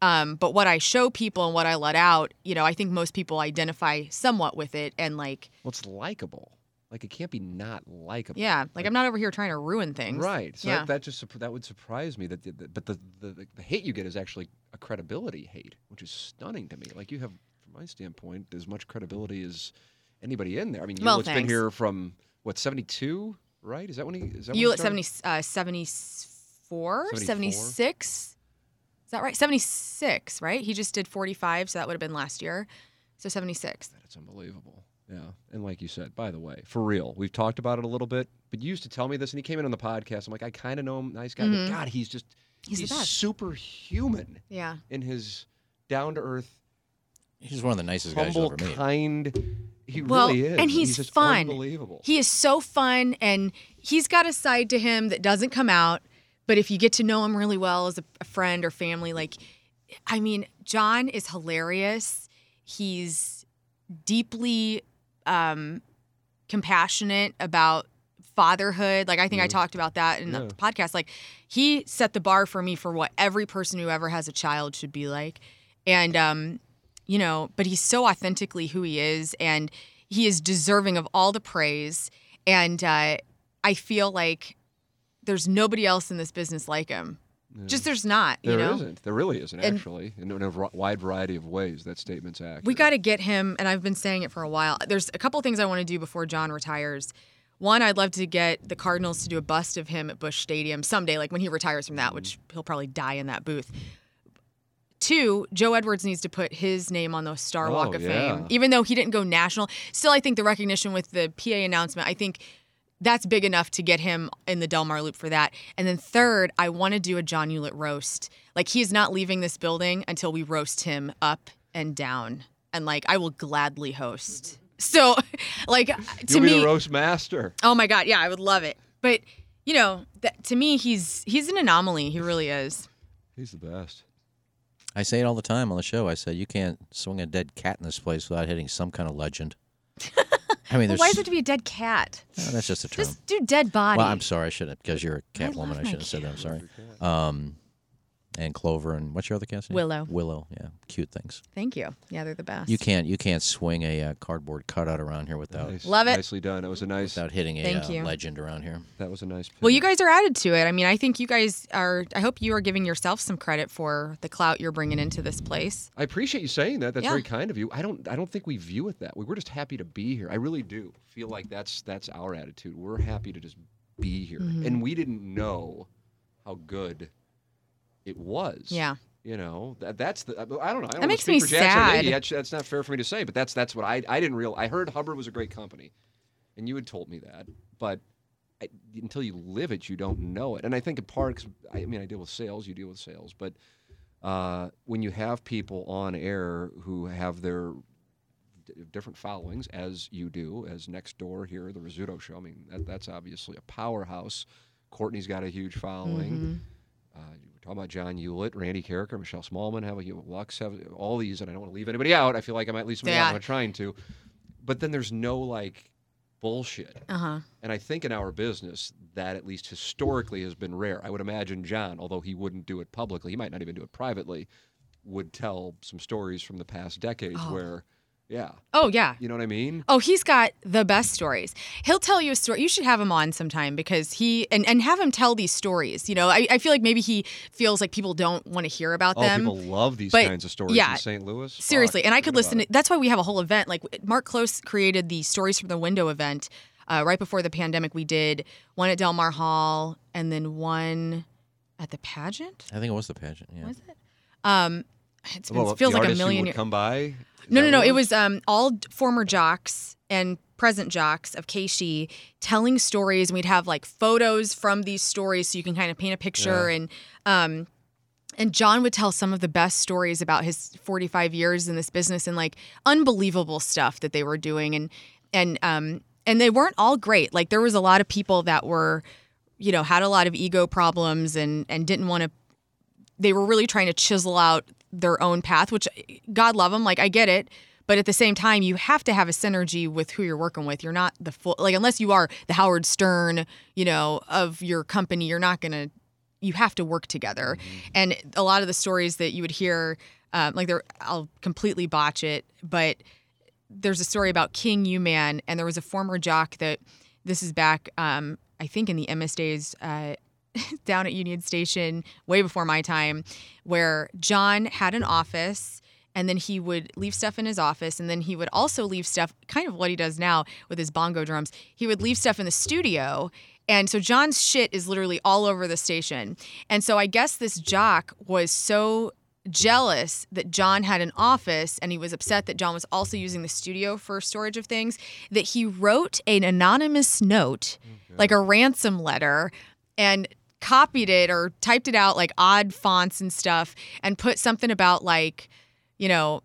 Um, but what I show people and what I let out, you know, I think most people identify somewhat with it. And like,
Well, it's likable. Like it can't be not likable.
yeah, like I'm not over here trying to ruin things.
Right. So
yeah.
that, that just surp- that would surprise me. That, the- the- but the, the the hate you get is actually a credibility hate, which is stunning to me. Like you have, from my standpoint, as much credibility as anybody in there. I mean, you
Well,
has been
thanks.
here from what seventy two, right? Is that when he? Is that when
you
he
at
started?
70, uh, 74,
74?
76? Is that right? 76, right? He just did 45, so that would have been last year. So 76.
That's unbelievable. Yeah. And like you said, by the way, for real, we've talked about it a little bit, but you used to tell me this, and he came in on the podcast. I'm like, I kind of know him, nice guy,
Mhm.
but God, he's just
He's the best.
superhuman
Yeah.
in his down to earth
He's one of the nicest guys you'll
humble,
ever meet.
kind. He
Well,
really is,
and he's
just
fun.
Unbelievable.
He is so fun, and he's got a side to him that doesn't come out. But if you get to know him really well as a, a friend or family, like, I mean, John is hilarious. He's deeply um, compassionate about fatherhood. Like, I think I
Mhm.
talked about that in
Yeah.
the podcast. Like, he set the bar for me for what every person who ever has a child should be like. And um, you know, but he's so authentically who he is, and he is deserving of all the praise. And uh, I feel like there's nobody else in this business like him. Just there's not, you
There
know.
not There really isn't,
And-
actually, in a v- wide variety of ways. That statement's accurate.
We got to get him, and I've been saying it for a while. There's a couple things I want to do before John retires. One, I'd love to get the Cardinals to do a bust of him at Bush Stadium someday, like when he retires
Mm-hmm.
from that, which he'll probably die in that booth. Two, Joe Edwards needs to put his name on the Star
Oh,
Walk of
yeah.
Fame, even though he didn't go national. Still, I think the recognition with the PA announcement, I think that's big enough to get him in the Delmar loop for that. And then third, I want to do a John Hewlett roast. Like he is not leaving this building until we roast him up and down. And like I will gladly host. So, like to
You'll be
me,
the roast master.
oh my god, yeah, I would love it. But you know, that, to me, he's he's an anomaly. He really is.
He's the best.
I say it all the time on the show. I said you can't swing a dead cat in this place without hitting some kind of legend. I
But
mean, there's
why does it have to be a dead cat?
Oh, that's just a term.
Just do dead body.
Well, I'm sorry, I shouldn't because you're a cat
I
woman.
love
I
my
shouldn't have said that. I'm sorry. Um, and Clover and what's your other cat's name?
Willow.
Willow. Yeah, cute things.
Thank you. Yeah, they're the best.
You can't you can't swing a uh, cardboard cutout around here without
Nice-
Love it.
Nicely done. That was a nice.
without hitting a
Thank
uh,
you.
legend around here.
That was a nice. Pivot.
Well, you guys are added to it. I mean, I think you guys are. I hope you are giving yourself some credit for the clout you're bringing into this place.
I appreciate you saying that. That's
Yeah.
very kind of you. I don't. I don't think we view it that way. We're just happy to be here. I really do feel like that's that's our attitude. We're happy to just be here, and we didn't know how good it was.
Yeah.
You know that that's the. I don't know. I don't
That
wanna
makes
speak
me
for Jackson or
sad.
Iggy. That's, that's not fair for me to say, but that's that's what I I didn't real. I heard Hubbard was a great company, and you had told me that, but. I, until you live it, you don't know it. And I think in part, 'cause I, I mean, I deal with sales, you deal with sales, but uh, when you have people on air who have their d- different followings, as you do, as next door here, the Rizzuto Show. I mean, that, that's obviously a powerhouse. Courtney's got a huge following.
Mm-hmm.
Uh, you were talking about John Hewlett, Randy Carricker, Michelle Smallman, have a Lux, have all these, and I don't want to leave anybody out. I feel like I might leave somebody out.
Yeah.
and I'm not trying to, but then there's no like bullshit.
Uh huh.
And I think in our business, that at least historically has been rare. I would imagine John, although he wouldn't do it publicly, he might not even do it privately, would tell some stories from the past decades
Oh.
where, yeah,
Oh yeah.
you know what I mean?
Oh, he's got the best stories. He'll tell you a story. You should have him on sometime because he and, and have him tell these stories. You know, I, I feel like maybe he feels like people don't want to hear about
Oh,
them.
people love these
but,
kinds of stories
yeah,
in St. Louis. Fuck,
Seriously, and I could
forget
listen.
about
To,
it.
that's why we have a whole event. Like Mark Close created the Stories from the Window event uh, right before the pandemic. We did one at Del Mar Hall and then one at the pageant.
I think it was the pageant. Yeah.
Was it? Um, it's been,
Well,
it feels
the
like a
artists who
million
would
years.
come by. Is
No,
that
no, no.
what
It was um, all d- former jocks and present jocks of Keishi telling stories. And we'd have like photos from these stories so you can kind of paint a picture. And um, and John would tell some of the best stories about his 45 years in this business and like unbelievable stuff that they were doing. And and um, and they weren't all great. Like there was a lot of people that were, you know, had a lot of ego problems and and didn't want to they were really trying to chisel out their own path, which God love them. Like I get it. But at the same time, you have to have a synergy with who you're working with. You're not the full, like, unless you are the Howard Stern, you know, of your company, you're not going to, you have to work together. And a lot of the stories that you would hear, um, like, there, I'll completely botch it, but there's a story about King U Man, and there was a former jock that this is back, um, I think, in the MS days uh, down at Union Station, way before my time, where John had an office. And then he would leave stuff in his office, and then he would also leave stuff, kind of what he does now with his bongo drums. He would leave stuff in the studio. And so John's shit is literally all over the station. And so I guess this jock was so jealous that John had an office and he was upset that John was also using the studio for storage of things that he wrote an anonymous note like a ransom letter and copied it or typed it out like odd fonts and stuff and put something about like you know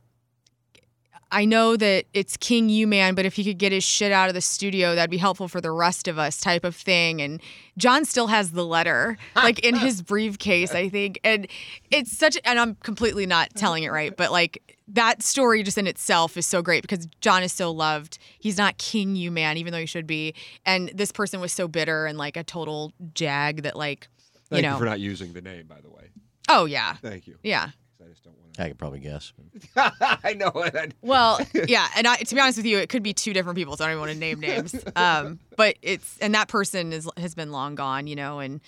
I know that it's King U Man, but if he could get his shit out of the studio, that'd be helpful for the rest of us, type of thing. And John still has the letter, like in his briefcase, I think. And it's such, and I'm completely not telling it right, but like that story just in itself is so great because John is so loved. He's not King U Man, even though he should be. And this person was so bitter and like a total jag that, like,
Thank
you
you,
know,
for not using the name, by the way.
oh yeah,
Thank you.
yeah.
because I just don't want to.
I could probably guess.
I know it. I-
Well, yeah, and I, to be honest with you, it could be two different people, so I don't even want to name names. Um, but it's and that person is has been long gone, you know, and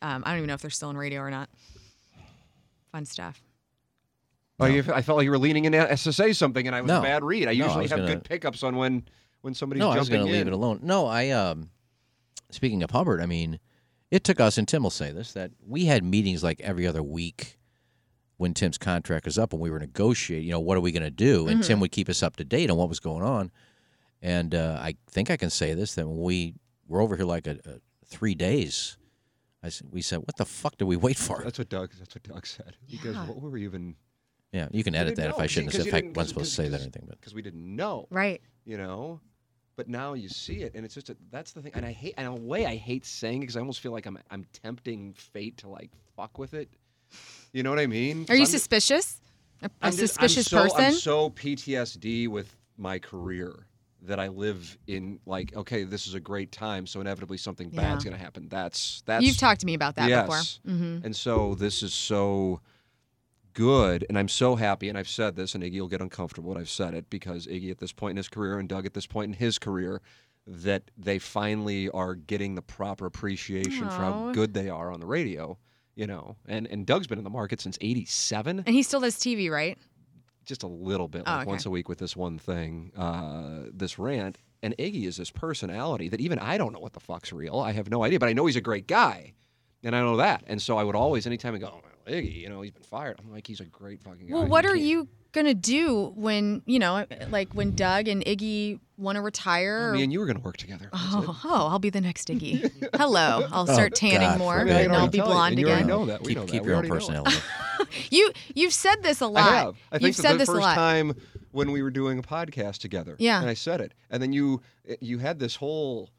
um, I don't even know if they're still in radio or not. Fun stuff.
Oh, you, I felt like you were leaning in to say something, and I was a
No.
bad read. I
No, I
usually
was
have
gonna-
good pickups on when when somebody's
no, I was
jumping
going to
in.
leave it alone. No, I. um Speaking of Hubbard, I mean, it took us, and Tim will say this, that we had meetings like every other week when Tim's contract was up, and we were negotiating. You know, what are we going to do? And
Mm-hmm.
Tim would keep us up to date on what was going on. And uh, I think I can say this that when we were over here like a, a three days, I s we said, "What the fuck did we wait for?"
That's what Doug. That's what Doug said. Because what were we even?
yeah, you can edit that if I shouldn't. have said- if I wasn't supposed to say that or anything, but
because we didn't know.
Right.
you know but now you see it and it's just a, that's the thing and i hate in a way i hate saying because i almost feel like i'm i'm tempting fate to like fuck with it you know what i mean
Are you
I'm-
suspicious? A, a
I'm just- I'm
suspicious
so-
person?
i'm so ptsd with my career that i live in like okay this is a great time so inevitably something bad's going to happen that's that's
You've talked to me about that
yes.
before. hmm
and so this is so good, and I'm so happy. And I've said this, and Iggy will get uncomfortable, and I've said it because Iggy at this point in his career and Doug at this point in his career, that they finally are getting the proper appreciation for how
Aw.
good they are on the radio. You know, and and Doug's been in the market since '87,
And he still does TV, right?
just a little bit,
Oh,
like
okay.
once a week with this one thing, uh, this rant. And Iggy is this personality that even I don't know what the fuck's real. I have no idea, but I know he's a great guy, and I know that. And so I would always, anytime I go, oh, well, Iggy, you know, he's been fired. I'm like, he's a great fucking guy.
Well, what
He
are
can't-
you gonna do when you know, like when Doug and Iggy want to retire?
Me
or-
and you were going to work together. That's it.
Oh, oh, I'll be the next Iggy. Hello, I'll
Oh,
start tanning
God
more,
forbid.
I
and I'll
already
be
tell you,
blonde
and you already
again.
know that. We
keep,
know that.
keep
We
your own
already know.
personality.
You you've said this a
I
lot.
have. I think
you've
that
said
the
this
first
a lot.
time when we were doing a podcast together.
Yeah.
And I said it. And then you you had this whole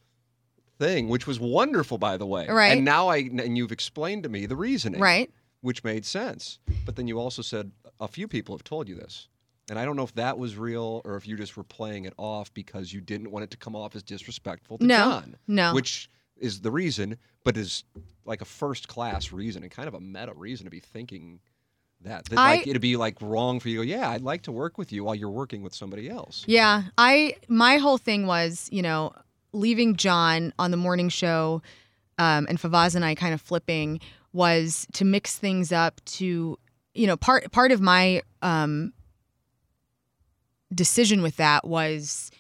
thing, which was wonderful, by the way.
Right.
And now I and you've explained to me the reasoning.
Right.
Which made sense. But then you also said a few people have told you this. And I don't know if that was real or if you just were playing it off because you didn't want it to come off as disrespectful to
No,
John.
no.
Which is the reason, but is like a first class reason and kind of a meta reason to be thinking that, that
I-
like it'd be like wrong for you. to go, Yeah, I'd like to work with you while you're working with somebody else.
Yeah, I my whole thing was, you know, leaving John on the morning show, um, and Favaz and I kind of flipping was to mix things up. To you know, part part of my um, decision with that was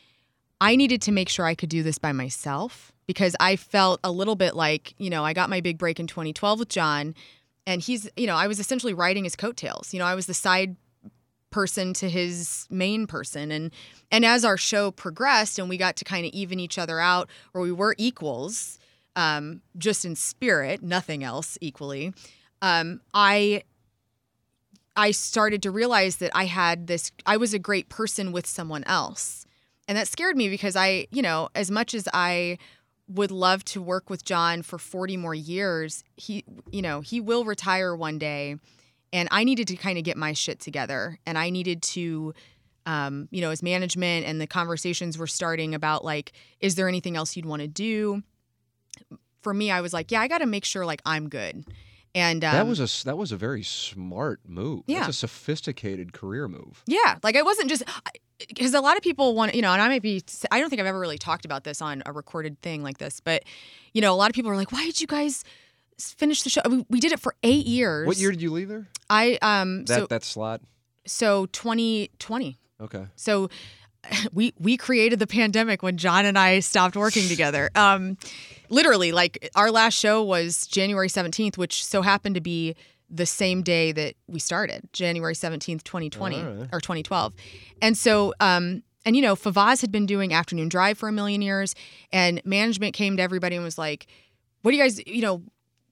I needed to make sure I could do this by myself because I felt a little bit like, you know, I got my big break in 2012 with John and he's, you know, I was essentially riding his coattails. You know, I was the side person to his main person and and as our show progressed and we got to kind of even each other out or we were equals um just in spirit, nothing else equally. Um I I started to realize that I had this, I was a great person with someone else. And that scared me because I, you know, as much as I would love to work with John for 40 more years, he, you know, he will retire one day. And I needed to kind of get my shit together. And I needed to, um, you know, as management and the conversations were starting about like, is there anything else you'd want to do? For me, I was like, yeah, I got to make sure like I'm good. And um,
that was a s- that was a very smart move.
Yeah.
That's a sophisticated career move.
Yeah, like I wasn't just because a lot of people want you know, and I might be. I don't think I've ever really talked about this on a recorded thing like this, but you know, a lot of people are like, "Why did you guys s- finish the show? We, we did it for eight years."
What year did you leave there?
I um
That
so
that slot.
so twenty twenty.
Okay.
So we we created the pandemic when John and I stopped working together. Um, literally, like our last show was January seventeenth, which so happened to be the same day that we started, January seventeenth, twenty twenty
Alright.
or twenty twelve, and so. Um, and you know, Favaz had been doing afternoon drive for a million years, and management came to everybody and was like, "What do you guys, you know,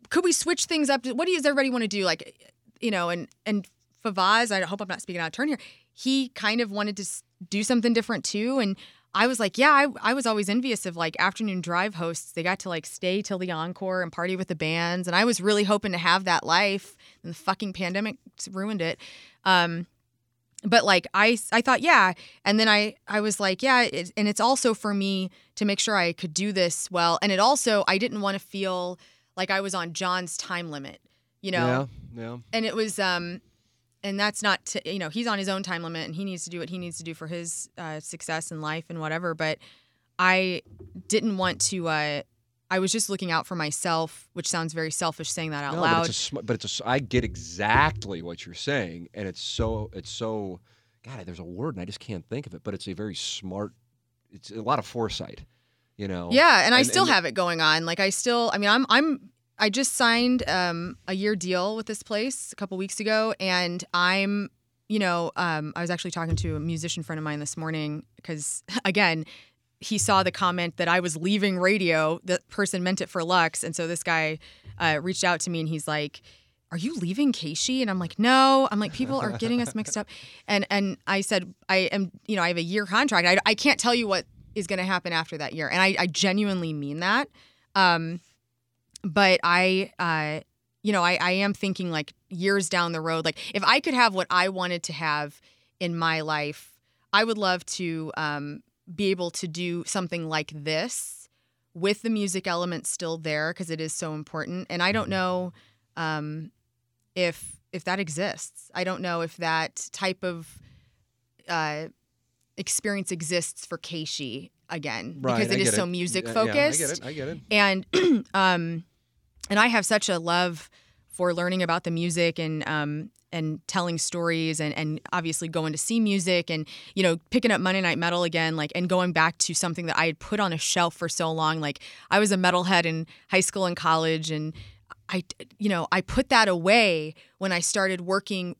could we switch things up? What do you, does everybody want to do? Like, you know, and and Favaz, I hope I'm not speaking out of turn here. He kind of wanted to s- do something different too, and I was like, yeah, I, I was always envious of like afternoon drive hosts. They got to like stay till the encore and party with the bands, and I was really hoping to have that life. And the fucking pandemic ruined it. Um, but like I, I thought yeah and then i i was like yeah it, and it's also for me to make sure i could do this well and it also i didn't want to feel like i was on john's time limit you know
Yeah. Yeah.
and it was um and that's not to you know he's on his own time limit and he needs to do what he needs to do for his uh, success in life and whatever but i didn't want to uh, i was just looking out for myself which sounds very selfish saying that out
No,
loud
But it's, a, sm- but it's a s- I get exactly what you're saying, and it's so it's so. God, there's a word, and I just can't think of it. But it's a very smart. It's a lot of foresight, you know.
Yeah, and, I
And-
still
and-
have it going on. Like I still, I mean, I'm, I'm, I just signed um, a year deal with this place a couple weeks ago, and I'm, you know, um, I was actually talking to a musician friend of mine this morning because again, he saw the comment that I was leaving radio. The person meant it for Lux, and so this guy uh, reached out to me, and he's like. Are you leaving Keishi? And I'm like, no. I'm like, people are getting us mixed up. And and I said, I am, you know, I have a year contract. I, I can't tell you what is going to happen after that year. And I, I genuinely mean that. Um, but I, uh, you know, I, I am thinking like years down the road, like if I could have what I wanted to have in my life, I would love to um, be able to do something like this with the music element still there because it is so important. And I
Mm-hmm.
don't know um, if if that exists. I don't know if that type of uh, experience exists for Keishi again
Right,
because
I
it is
get
so music
Yeah, yeah,
focused
I get it. I get it.
and um and I have such a love for learning about the music and um and telling stories and and obviously going to see music and you know picking up Monday Night Metal again like and going back to something that I had put on a shelf for so long like I was a metalhead in high school and college and I you know I put that away when I started working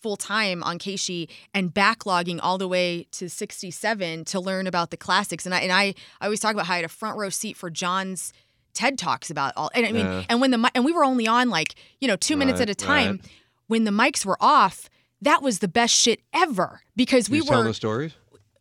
full time on Keishi and backlogging all the way to 67 to learn about the classics. And I and I, I always talk about how I had a front row seat for John's TED talks about all. And I mean,
Yeah.
and when the mi- and we were only on like you know two minutes
Right,
at a time.
right.
When the mics were off, that was the best shit ever because
he
we
was telling
were.
those stories.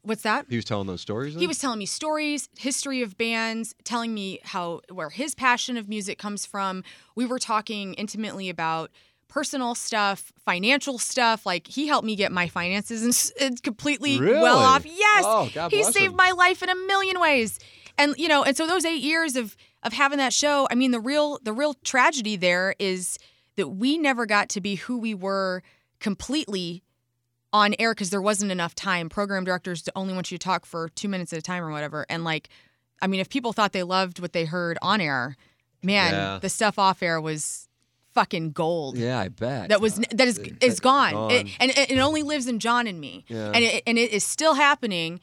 What's that?
He was telling those stories. Then?
He was telling me stories, history of bands, telling me how where his passion of music comes from. We were talking intimately about personal stuff, financial stuff. Like he helped me get my finances and s- and completely well
Really?
off. Yes,
Oh, God
he
bless
saved
him.
my life in a million ways. And you know, and so those eight years of of having that show, I mean, the real the real tragedy there is that we never got to be who we were completely on air because there wasn't enough time. Program directors only want you to talk for two minutes at a time or whatever. And like, I mean, if people thought they loved what they heard on air, man,
Yeah.
the stuff off air was fucking gold.
Yeah, I bet.
That was
Uh,
that is
that-
is gone,
gone.
It, and it, it only lives in John and me,
Yeah.
and it, and it is still happening.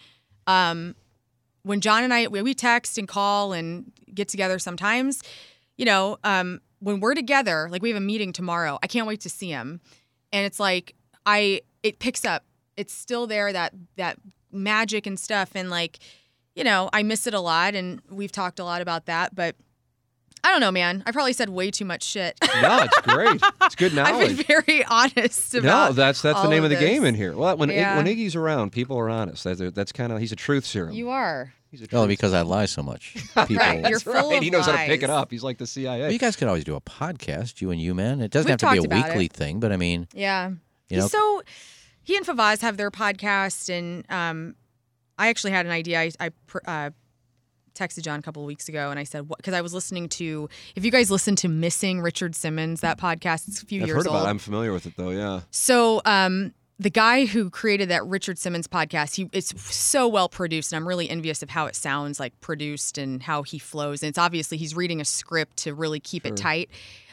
Um, when John and I we, we text and call and get together sometimes, you know, um, when we're together, like we have a meeting tomorrow. I can't wait to see him, and it's like I it picks up. It's still there that that magic and stuff, and like you know, I miss it a lot, and we've talked a lot about that, but. I don't know, man. I probably said way too much shit.
no, it's great. It's good knowledge.
I've been very honest about.
no, that's that's the
all
name of the
this.
game in here. Well, when Ig-
Yeah.
when Iggy's around, people are honest. That's, that's kind of he's a truth serum.
You are
he's a truth
Oh, because I lie so much. People.
right. You're
That's
full
right.
of
He knows how to pick it
lies.
up. He's like the CIA.
you guys could always do a podcast, you and you, man. It doesn't
We've
have to be
talked
a
about
weekly thing, but I mean,
Yeah.
you know,
He's so he and Favaz have their podcast, and um, I actually had an idea. I, I pr- uh, texted John a couple of weeks ago, and I said because I was listening to if you guys listen to Missing Richard Simmons that podcast, it's a few
I've
years
heard about.
old.
It. I'm familiar with it though. Yeah.
So, um, the guy who created that Richard Simmons podcast, he it's so well produced, and I'm really envious of how it sounds like produced and how he flows. And it's obviously he's reading a script to really keep it tight.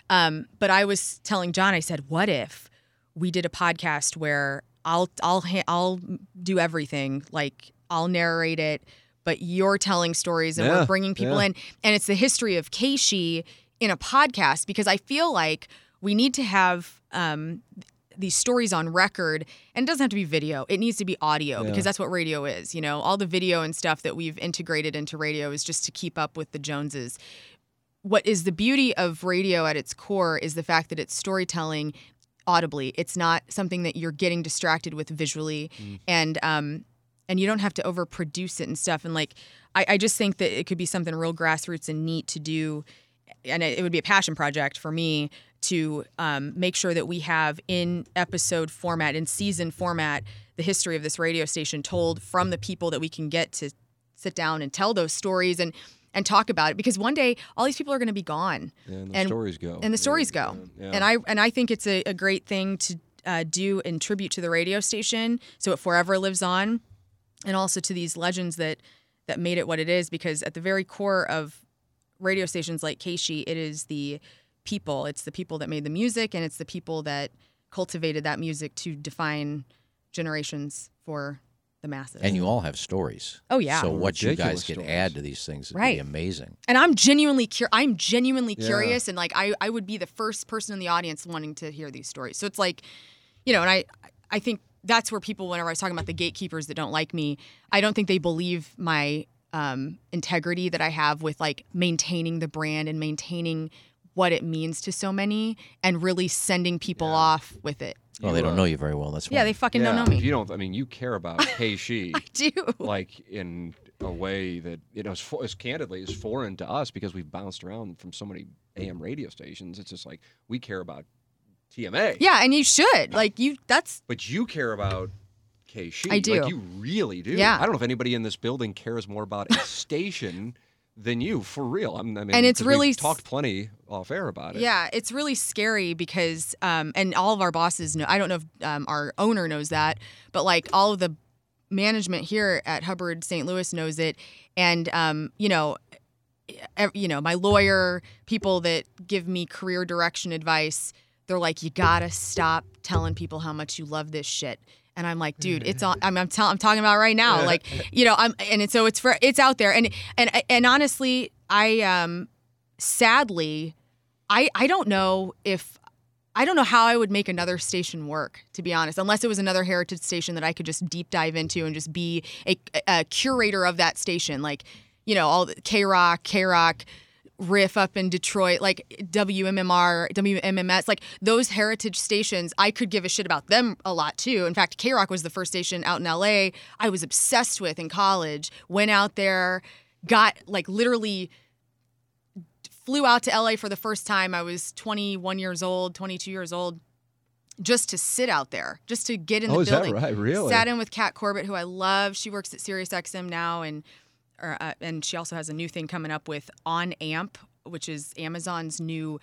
Um, but I was telling John, I said, "What if we did a podcast where I'll I'll ha- I'll do everything, like I'll narrate it, but you're telling stories and
Yeah,
we're bringing people
yeah.
in, and it's the history of Keishi in a podcast because I feel like we need to have." Um, these stories on record and it doesn't have to be video it needs to be audio because that's what radio is you know all the video and stuff that we've integrated into radio is just to keep up with the joneses what is the beauty of radio at its core is the fact that it's storytelling audibly it's not something that you're getting distracted with visually and um and you don't have to overproduce it and stuff and like I, I just think that it could be something real grassroots and neat to do and it, it would be a passion project for me to um, make sure that we have in episode format in season format the history of this radio station told from the people that we can get to sit down and tell those stories and and talk about it because one day all these people are going to be gone
Yeah, and the
And-
stories go.
and the stories
Yeah,
go
yeah, yeah.
and i and i think it's a, a great thing to uh, do in tribute to the radio station, so it forever lives on, and also to these legends that that made it what it is. Because at the very core of radio stations like Keishi, it is the people. It's the people that made the music, and it's the people that cultivated that music to define generations for the masses.
And you all have stories.
Oh, yeah.
So what you guys
Ridiculous
could
stories.
add to these things would
Right.
be amazing.
and I'm genuinely cur- I'm genuinely
Yeah.
curious, and like I, I would be the first person in the audience wanting to hear these stories. So it's like, you know, and I, I think that's where people, whenever I was talking about the gatekeepers that don't like me, I don't think they believe my um, integrity that I have with like maintaining the brand and maintaining what it means to so many, and really sending people off with it.
Well, they don't know you very well. That's
Yeah,
why.
they fucking
Yeah,
don't know
If you
me.
don't, I mean, you care about Keishi
Do
like in a way that you know, is, fo- is candidly is foreign to us because we've bounced around from so many AM radio stations. It's just like we care about TMA,
yeah, and you should like you. That's
but you care about Keishi.
I do.
Like you really do.
Yeah.
I don't know if anybody in this building cares more about a station than you, for real. I'm, I mean,
And it's
'cause we've
really s-
talked plenty off air about it.
Yeah, it's really scary because, um, and all of our bosses know. I don't know if um, our owner knows that, but like all of the management here at Hubbard St. Louis knows it, and um, you know, ev- you know, my lawyer, people that give me career direction advice, they're like, you gotta stop telling people how much you love this shit. And I'm like, dude, it's on. I'm I'm, tell, I'm talking about it right now, like, you know, I'm and it's, so it's for it's out there, and and and honestly, I um, sadly, I I don't know if I don't know how I would make another station work, to be honest, unless it was another heritage station that I could just deep dive into and just be a, a curator of that station, like you know all K Rock, K Rock, Riff up in Detroit, like WMMR, WMMS, like those heritage stations. I could give a shit about them a lot too. In fact, K Rock was the first station out in LA I was obsessed with in college. Went out there, got like literally flew out to LA for the first time. I was 21 years old, 22 years old, just to sit out there, just to get in
Oh,
the
is that
building.
right? Really?
Sat in with Kat Corbett, who I love. She works at SiriusXM now, and or, uh, and she also has a new thing coming up with On Amp, which is Amazon's new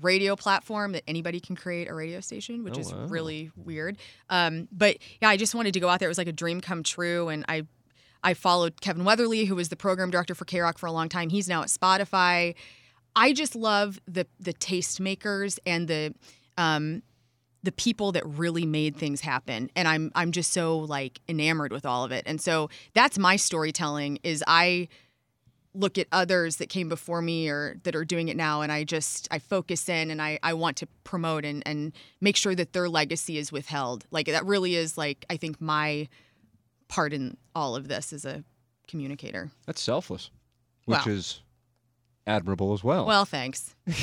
radio platform that anybody can create a radio station, which
Oh,
is
wow.
really weird. Um, but yeah, I just wanted to go out there. It was like a dream come true, and I I followed Kevin Weatherly, who was the program director for K Rock for a long time. He's now at Spotify. I just love the the tastemakers and the um, the people that really made things happen, and I'm I'm just so like enamored with all of it. And so that's my storytelling. Is I look at others that came before me or that are doing it now and I just I focus in and I, I want to promote and, and make sure that their legacy is withheld. Like that really is like I think my part in all of this as a communicator.
That's selfless, which
Well.
is admirable as well.
Well, thanks. I,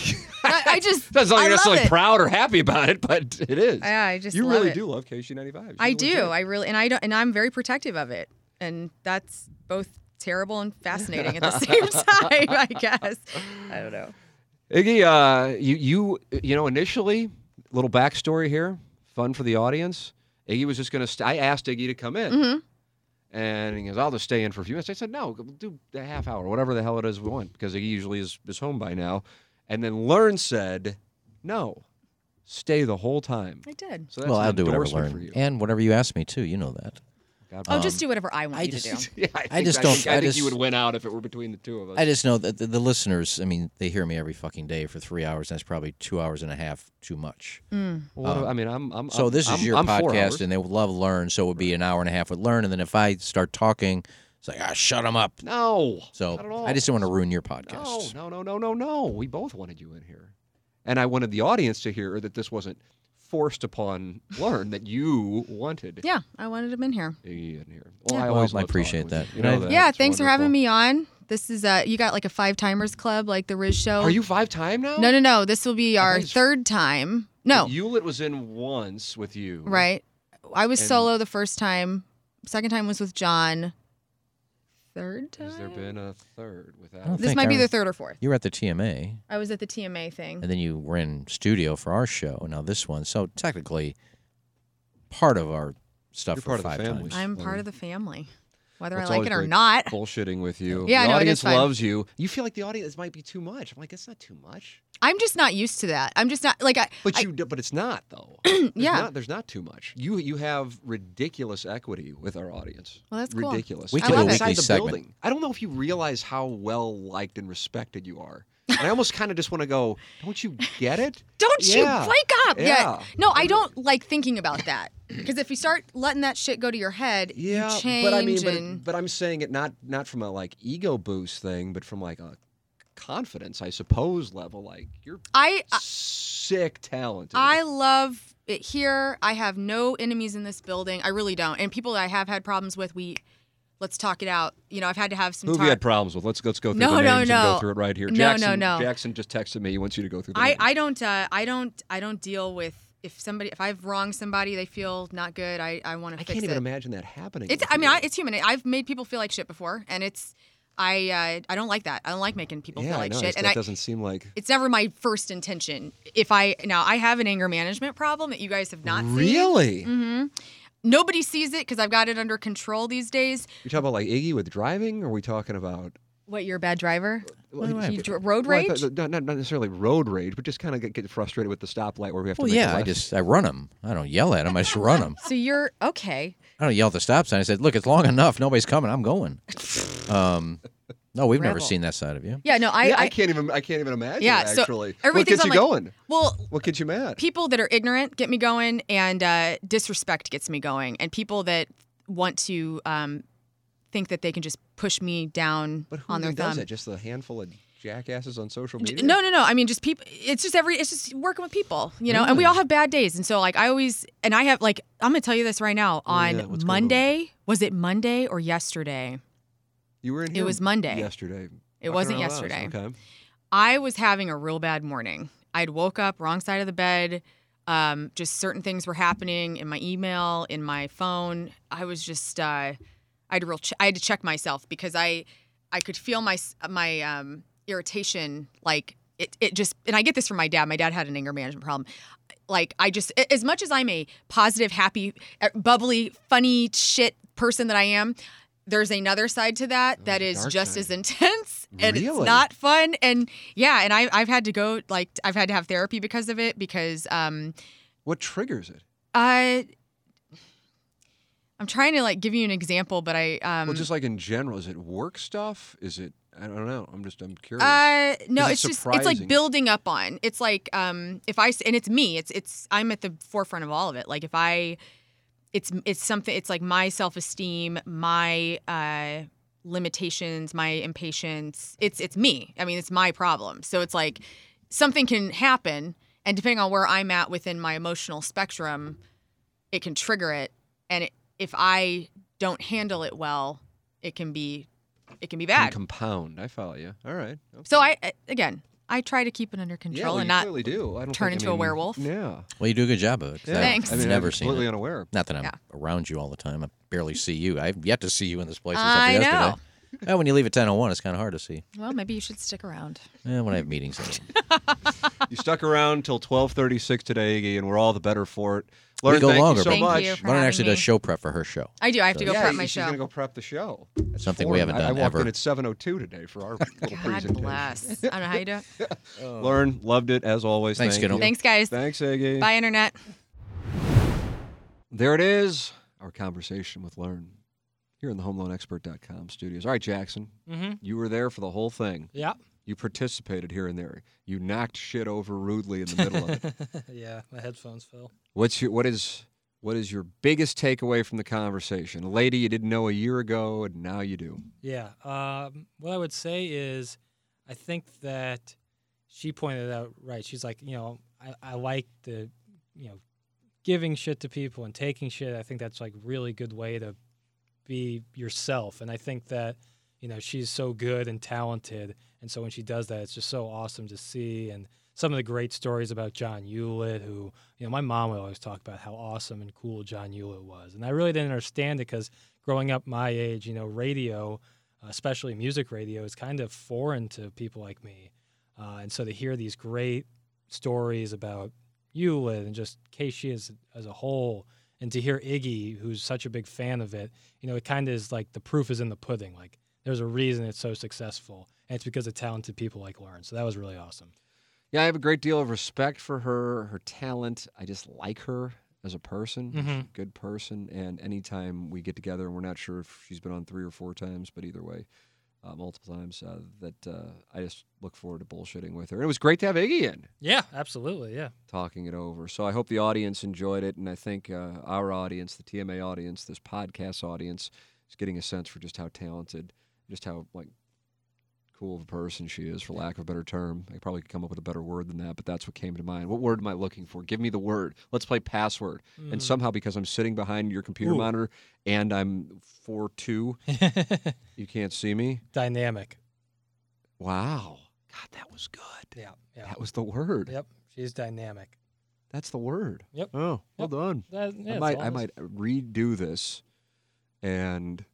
I just
Oh. That's not
I
you're
love
necessarily
it.
proud or happy about it, but it is.
Yeah, I just
you
love
really
it.
do love KC95.
I do. I really and I don't and I'm very protective of it. And that's both terrible and fascinating at the same time, I guess. I don't know.
Iggy, uh, you you you know initially little backstory here, fun for the audience. Iggy was just gonna. St- I asked Iggy to come in,
Mm-hmm.
and he goes, "I'll just stay in for a few minutes." I said, "No, we'll do a half hour, whatever the hell it is we want," because Iggy usually is is home by now. And then Learn said, "No, stay the whole time."
I did.
So that's
Well,
an
I'll do whatever
endorsement
learn
for you.
and whatever you ask me to. You know that.
God
Oh,
bless.
just do whatever I want
I
you to
just-
do.
Yeah, Um, I,
I
think-
just
I
don't-
Think, I,
I
think you
just-
would win out if it were between the two of us.
I just know that the, the listeners. I mean, they hear me every fucking day for three hours. And that's probably two hours and a half too much.
Well, what do- I mean, I'm. I'm
Oh. So
Mm, I'm-
this
I'm-
is your
I'm four hours.
podcast, and they would love learn. So it would be an hour and a half with learn, and then if I start talking, it's like ah, shut them up.
no.
So
not at all.
I just don't want to ruin your
No,
podcast.
no, no, no, no, no. We both wanted you in here, and I wanted the audience to hear that this wasn't forced upon learn that you wanted
Yeah, I wanted him in here.
Iggy in here. Well,
Yeah.
I
Well,
always
I
love talking
appreciate
with
that.
You, You know
And I-
that.
Yeah,
It's
thanks for having
wonderful.
me on. This is uh you got like a five timers club, like the Riz show.
Are you five time now?
No, no, no. This will be our
think it's-
third time. No,
Hewlett was in once with you.
right. I was
And-
solo the first time. Second time was with John. Third time.
Has there been a third
I don't
without?
This
think
might be
I-
the third or fourth.
You were at the TMA,
I was at the TMA thing.
and then you were in studio for our show, and now this one. So technically, part of our stuff
You're
for
part of the
five
family.
times.
I'm part of the family, whether
It's
I like
always
it or
great
not.
Bullshitting with you.
Yeah,
the
no, it is
audience
fine.
loves you. You feel like the audience might be too much. I'm like, it's not too much.
I'm just not used to that. I'm just not like I.
But
I-
you, d but it's not though. There's
Yeah.
not- there's not too much. You you have ridiculous equity with our audience.
Well, that's cool.
ridiculous.
We
could do a
Outside
weekly
the
segment.
building. I don't know if you realize how well liked and respected you are. And I almost kind of just want to go. Don't you get it?
Don't
Yeah.
you wake up?
Yeah.
No, I don't like thinking about that because if you start letting that shit go to your head,
Yeah,
you change
but I mean, but,
and
it, but I'm saying it not not from a like ego boost thing, but from like a confidence, I suppose, level. Like you're
I
sick talented.
I love it here. I have no enemies in this building. I really don't. And people that I have had problems with, we let's talk it out. You know, I've had to have some.
Who have
talk.
you had problems with? Let's let's go through
No,
the
no,
names and go
no.
through it right here.
No, no,
Jackson,
no.
Jackson just texted me. He wants you to go through. The
I,
names.
I don't uh, I don't I don't deal with if somebody if I've wronged somebody they feel not good I, I want to
I
fix
can't even
it.
imagine that happening.
It's
with
I mean
you.
I, it's human. I've made people feel like shit before and it's I uh, I don't like that. I don't like making people
yeah,
feel
I
like
know,
shit
it's-
and
that
I
doesn't seem like
it's never my first intention. If I now I have an anger management problem that you guys have not Mm. seen. Mm-hmm.
really.
Nobody sees it because I've got it under control these days.
You're talking about like Iggy with driving, or are we talking about
What you're a bad driver?
Well,
you
I-
dr- road
well, I
rage?
thought- not, not not necessarily road rage, but just kind of get, get frustrated with the stoplight where we have to.
Well,
make a
yeah, I
left.
just I run them. I don't yell at them. I just run them.
so you're okay.
I don't yell at the stop sign. I said, "Look, it's long enough. Nobody's coming. I'm going." Um, no, we've never
Rebel.
seen that side of you.
Yeah, no, I,
yeah, I,
I,
can't even I can't even imagine.
Yeah, so
actually, what
everything's
gets you
on, like-
going?
well,
What gets you mad?
people that are ignorant get me going, and uh, disrespect gets me going, and people that want to um, think that they can just push me down
but who
on their
even does
thumb.
it? Just a handful of jackasses on social
J-
media.
No, no, no. I mean, just people. It's just every. It's just working with people, you know. And we all have bad days, and so like I always, and I have like I'm gonna tell you this right now. On
yeah, what's going on?
Monday, was it Monday or yesterday?
you were in
it
here
was Monday.
Yesterday.
It
Fucking
wasn't
around with us,
yesterday.
Okay.
I was having a real bad morning. I'd woke up wrong side of the bed. Um, just certain things were happening in my email, in my phone. I was just, uh, I had a real, ch- I had to check myself because I, I could feel my s- my um, irritation. Like it, it just, and I get this from my dad. My dad had an anger management problem. Like I just, a- as much as I'm a positive, happy, uh, bubbly, funny shit person that I am, there's another side to that that is
dark
just
side.
as intense and
Really?
it's not fun and yeah and I, i've had to go like i've had to have therapy because of it because um
What triggers it?
i i'm trying to like give you an example but i um
well, just like in general, is it work stuff? Is it? I don't know. I'm just I'm curious.
uh no
Is it
it's just it's like
surprising?
building up on it's like um if i s- and it's me it's it's i'm at the forefront of all of it like if i it's it's something it's like my self-esteem my uh limitations my impatience it's it's me i mean it's my problem so it's like something can happen and depending on where i'm at within my emotional spectrum it can trigger it and it, if i don't handle it well it can be it can be
Can
bad
compound. I follow you. All right. Okay.
so I I- again, I try to keep it under
yeah,
control
well,
and
you
not.
clearly do. I don't
turn
think- I
into a
mean,
werewolf.
Yeah.
Well, you do a good job of it. 'cause I've
Thanks.
I mean,
never
I'm
seen
completely
it.
unaware.
Not that I'm
Yeah.
around you all the time. I barely see you. I've yet to see you in this place. except
I
for
know.
yesterday. Well, when you leave at ten oh one, it's kind of hard to see.
Well, maybe you should stick around.
Eh, when I have meetings. I-
You stuck around till 12:36 today, Iggy, and we're all the better for it. Learn,
go
thank
longer,
you so
baby.
Thank
much.
you for
Lauren
having
actually
me.
does show prep for her show.
I do. I have to go
yeah,
prep my
she's
show.
gonna go prep the show. That's
Something we
foreign.
haven't
I- I
done
walked in
ever.
at 7:02 today for our little
God
presentation.
bless. I don't know how you do it.
Lauren loved it as always.
Thanks,
Thank
kiddo.
you.
Thanks, guys.
Thanks, Iggy.
Bye, internet.
There it is. Our conversation with Lauren here in the HomeLoanExpert.com studios. All right, Jackson,
Mm-hmm.
you were there for the whole thing.
Yeah.
You participated here and there. You knocked shit over rudely in the middle of it.
yeah. My headphones fell.
What's your what is what is your biggest takeaway from the conversation? A lady you didn't know a year ago, and now you do.
Yeah. Um, what I would say is, I think that she pointed out right. She's like, you know, I, I like the, you know, giving shit to people and taking shit. I think that's like really good way to be yourself. And I think that, you know, she's so good and talented. And so when she does that, it's just so awesome to see. And some of the great stories about John Hewlett, who, you know, my mom would always talk about how awesome and cool John Hewlett was. And I really didn't understand it because growing up my age, you know, radio, especially music radio, is kind of foreign to people like me. Uh, and so to hear these great stories about Hewlett and just Casey as, as a whole, and to hear Iggy, who's such a big fan of it, you know, it kind of is like the proof is in the pudding. Like there's a reason it's so successful, and it's because of talented people like Lauren. So that was really awesome.
Yeah, I have a great deal of respect for her, her talent. I just like her as a person. She's a
Mhm.
good person. And anytime we get together, and we're not sure if she's been on three or four times, but either way, uh, multiple times, uh, that uh, I just look forward to bullshitting with her. And it was great to have Iggy in
Yeah, absolutely. Yeah.
talking it over. So I hope the audience enjoyed it. And I think uh, our audience, the TMA audience, this podcast audience, is getting a sense for just how talented, just how like cool of a person she is, for lack of a better term. I probably could come up with a better word than that, but that's what came to mind. What word am I looking for? Give me the word. Let's play password. And somehow, because I'm sitting behind your computer
Mm. Ooh.
monitor and I'm 4'2, you can't see me.
Dynamic.
Wow. God, that was good.
Yeah. Yeah.
That was the word.
Yep. She's dynamic.
That's the word.
Yep.
Oh, well
Yep.
done.
That- yeah,
I
it's
might
all
I
this-
might redo this and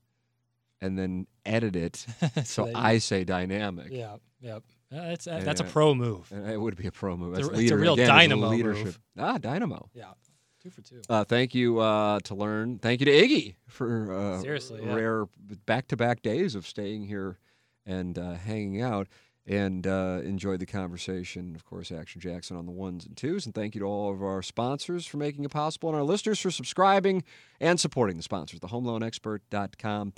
and then edit it so
that you-
I say dynamic.
Yeah. Yep. Uh, That's uh, that's a
Yeah.
pro move.
And it would be a pro move.
It's a-
That's
it's a
leader.
real
Again, it's
dynamo
leadership.
move.
Ah, dynamo.
Yeah. Two for two.
Uh, thank you uh, to learn. Thank you to Iggy for uh,
Seriously, yeah.
rare back-to-back days of staying here and uh, hanging out and uh, enjoyed the conversation. Of course, Action Jackson on the ones and twos, and thank you to all of our sponsors for making it possible and our listeners for subscribing and supporting the sponsors. TheHomeLoanExpert.com.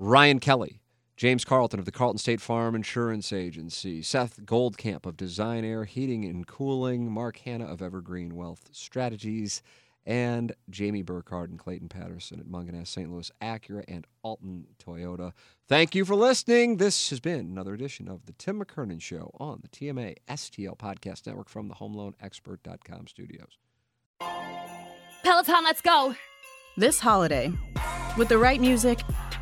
Ryan Kelly. James Carlton of the Carlton State Farm Insurance Agency, Seth Goldcamp of Design Air Heating and Cooling, Mark Hanna of Evergreen Wealth Strategies, and Jamie Burkhardt and Clayton Patterson at Munganess St. Louis Acura and Alton Toyota. Thank you for listening. This has been another edition of the Tim McKernan Show on the TMA STL Podcast Network from the HomeLoanExpert.com studios.
Peloton, let's go.
This holiday, with the right music